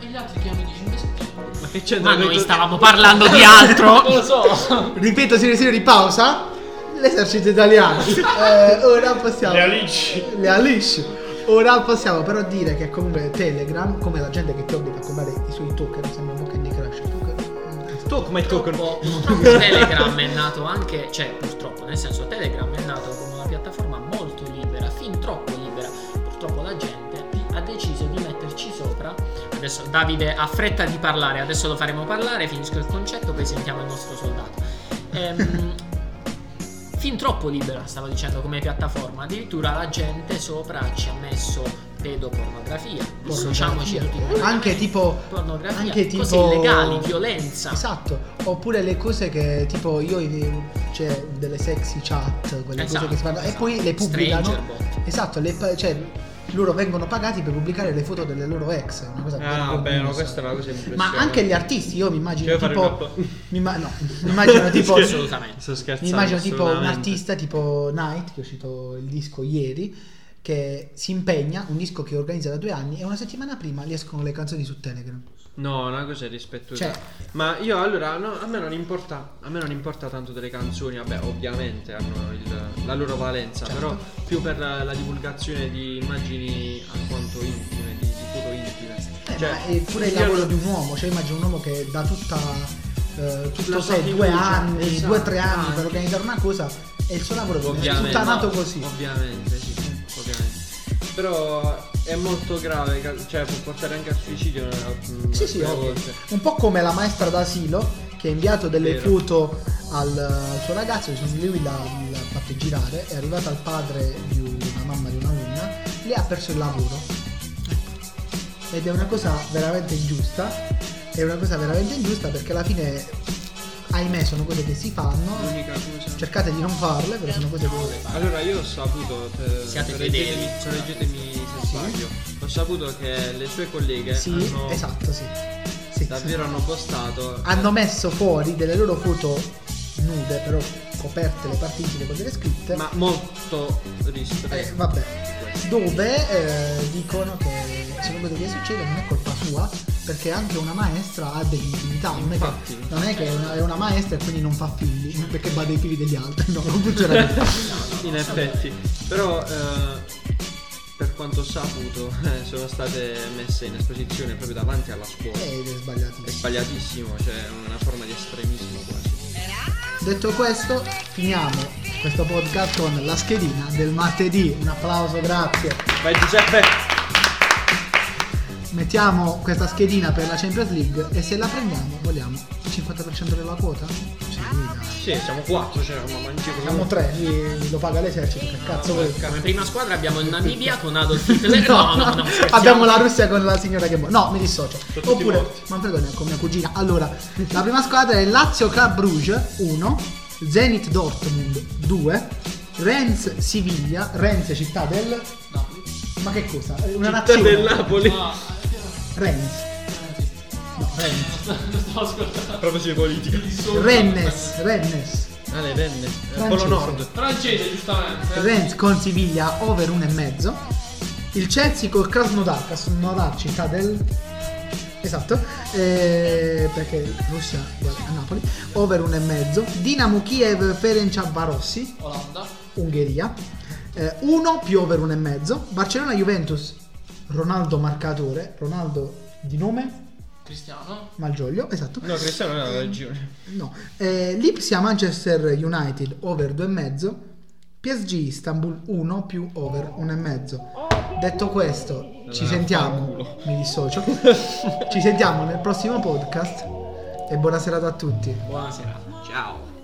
D: E gli altri che hanno 15 iscritti.
E: Ma che c'entra?
A: Ma
E: con i
A: noi
E: tuoi-
A: stavamo parlando di altro.
D: Non lo so.
B: Ripeto, signore e signori, pausa. L'esercito italiano. Eh, ora possiamo. Le Alice. Le Alice. Ora possiamo però dire che comunque Telegram, come la gente che ti obbliga a comprare i suoi token, sembra un po' Candy Crush. il token.
E: Tu come il
A: Purtroppo,
E: cocono?
A: purtroppo Telegram è nato anche, cioè purtroppo, nel senso Telegram è nato come una piattaforma molto libera, fin troppo libera. Purtroppo la gente ha deciso di metterci sopra. Adesso Davide ha fretta di parlare, adesso lo faremo parlare, finisco il concetto, poi sentiamo il nostro soldato. Ehm, fin troppo libera, stavo dicendo, come piattaforma. Addirittura la gente sopra ci ha messo pedopornografia,
B: Pornografia.
A: dissociamoci tutti quanti.
B: Anche tipo.
A: pornografia,
B: Anche tipo.
A: cose illegali, violenza.
B: Esatto. Oppure le cose che tipo io. Cioè, delle sexy chat, quelle
A: Esatto,
B: cose che si fanno. E
A: esatto.
B: poi le pubblicano.
A: Stranger bot.
B: Esatto, le pa- cioè, loro vengono pagati per pubblicare le foto delle loro ex. Una cosa
E: Ah, beh, no,
B: vergognosa.
E: questa è una cosa
B: Ma
E: impressionante.
B: anche gli artisti, io mi immagino
E: Cioè, fare un
B: tipo.
E: upload.
B: Mi, imma- no, mi immagino tipo.
A: Assolutamente.
E: Sto scherzando.
B: Mi immagino tipo un
E: assolutamente.
B: artista tipo Knight, che è uscito il disco ieri, che si impegna, un disco che organizza da due anni, e una settimana prima gli escono le canzoni su Telegram.
E: No, una cosa è rispettosa.
B: Cioè-
E: Ma io allora no, a me non importa, a me non importa tanto delle canzoni, vabbè, ovviamente hanno il- la loro valenza,
B: Certo.
E: però più per la, la divulgazione di immagini alquanto intime, di, di foto intime.
B: Eh,
E: Cioè,
B: ma è pure il
E: io
B: lavoro
E: non-
B: di un uomo, cioè immagino un uomo che da tutta eh, tutto
E: La sua
B: sei, due
E: fiducia,
B: anni,
E: esatto,
B: due o tre anni per
E: anche.
B: organizzare una cosa e il suo lavoro è
E: Ovviamente.
B: puttanato
E: no,
B: così.
E: Ovviamente, sì, ovviamente. Però è molto grave, ca- cioè può portare anche al suicidio. mm,
B: Sì, sì,
E: alcune
B: ovvio.
E: volte.
B: un po' come la maestra d'asilo che ha inviato delle
E: Vero.
B: foto al al suo ragazzo, cioè lui l'ha, l'ha fatte girare, è arrivata al padre di una mamma di una un'alunna, lei ha perso il lavoro. Ed è una cosa veramente ingiusta, è una cosa veramente ingiusta perché alla fine, ahimè, sono cose che si fanno,
E: L'unica cosa.
B: cercate di non farle, però sono cose che...
E: Allora io ho saputo, eh,
A: Siate
E: correggetemi,
A: fedeli.
E: correggetemi se sbaglio, ho saputo che le sue colleghe
B: Sì,
E: hanno
B: esatto, sì. Sì,
E: davvero hanno postato eh,
B: hanno messo fuori delle loro foto nude, però coperte le parti intime con delle scritte.
E: ma molto
B: Eh,
E: ristretto.
B: vabbè. Dove eh, dicono che secondo quello che succede non è colpa sua, perché anche una maestra ha delle intimità. Non è che,
E: Infatti.
B: non è, che è, una, è una maestra e quindi non fa figli, perché bada ai figli degli altri. No, non funziona così.
E: In effetti, però eh, per quanto ho saputo eh, sono state messe in esposizione proprio davanti alla scuola.
B: Eh, Ed è
E: È
B: sbagliatissimo.
E: sbagliatissimo, cioè è una forma di estremismo quasi.
B: Detto questo, finiamo questo podcast con la schedina del martedì. Un applauso, grazie.
E: Vai Giuseppe!
B: Mettiamo questa schedina per la Champions League e se la prendiamo vogliamo il 50% della quota? Ah. Sì, dai.
E: Sì, siamo quattro, c'eravamo ma in giro.
B: Siamo tre, eh, lo paga l'esercito, che cazzo vuoi?
A: Come prima squadra abbiamo il Namibia con Adolf Hitler. No, no, no, no, scherziamo.
B: abbiamo la Russia con la signora che muore. No, mi dissocio.
E: tutti
B: Oppure,
E: morti.
B: Manfredo ne ha con mia cugina. Allora, la prima squadra è Lazio Club Bruges 1, Zenit Dortmund 2, Rennes Siviglia, Rennes città del... Ma che cosa? Una
E: Città
B: nazione.
E: del Napoli.
D: No,
B: Rennes. No, Rennes.
D: lo stavo ascoltando.
E: Proprio sui politici.
B: Rennes, Rennes.
E: Ah, le venne.
B: Francese.
E: Polo Nord.
D: Francese, giustamente.
B: Rennes con Siviglia over 1,5. Il Chelsea col Krasnodar, Krasnodar città del... Esatto, eh, perché Russia guarda, a Napoli, over 1,5. Dinamo Kiev Ferencvarossi,
D: Olanda.
B: Ungheria, 1 più over 1,5. Barcellona Juventus, Ronaldo marcatore, Ronaldo di nome,
D: Cristiano.
B: Malgioglio, esatto.
E: No, Cristiano non ha ragione.
B: No, eh, Lipsia Manchester United over 2,5, PSG Istanbul 1 più over 1,5. Detto questo, ci sentiamo, mi dissocio, ci sentiamo nel prossimo podcast e buona serata a tutti.
A: Buonasera.
E: Ciao.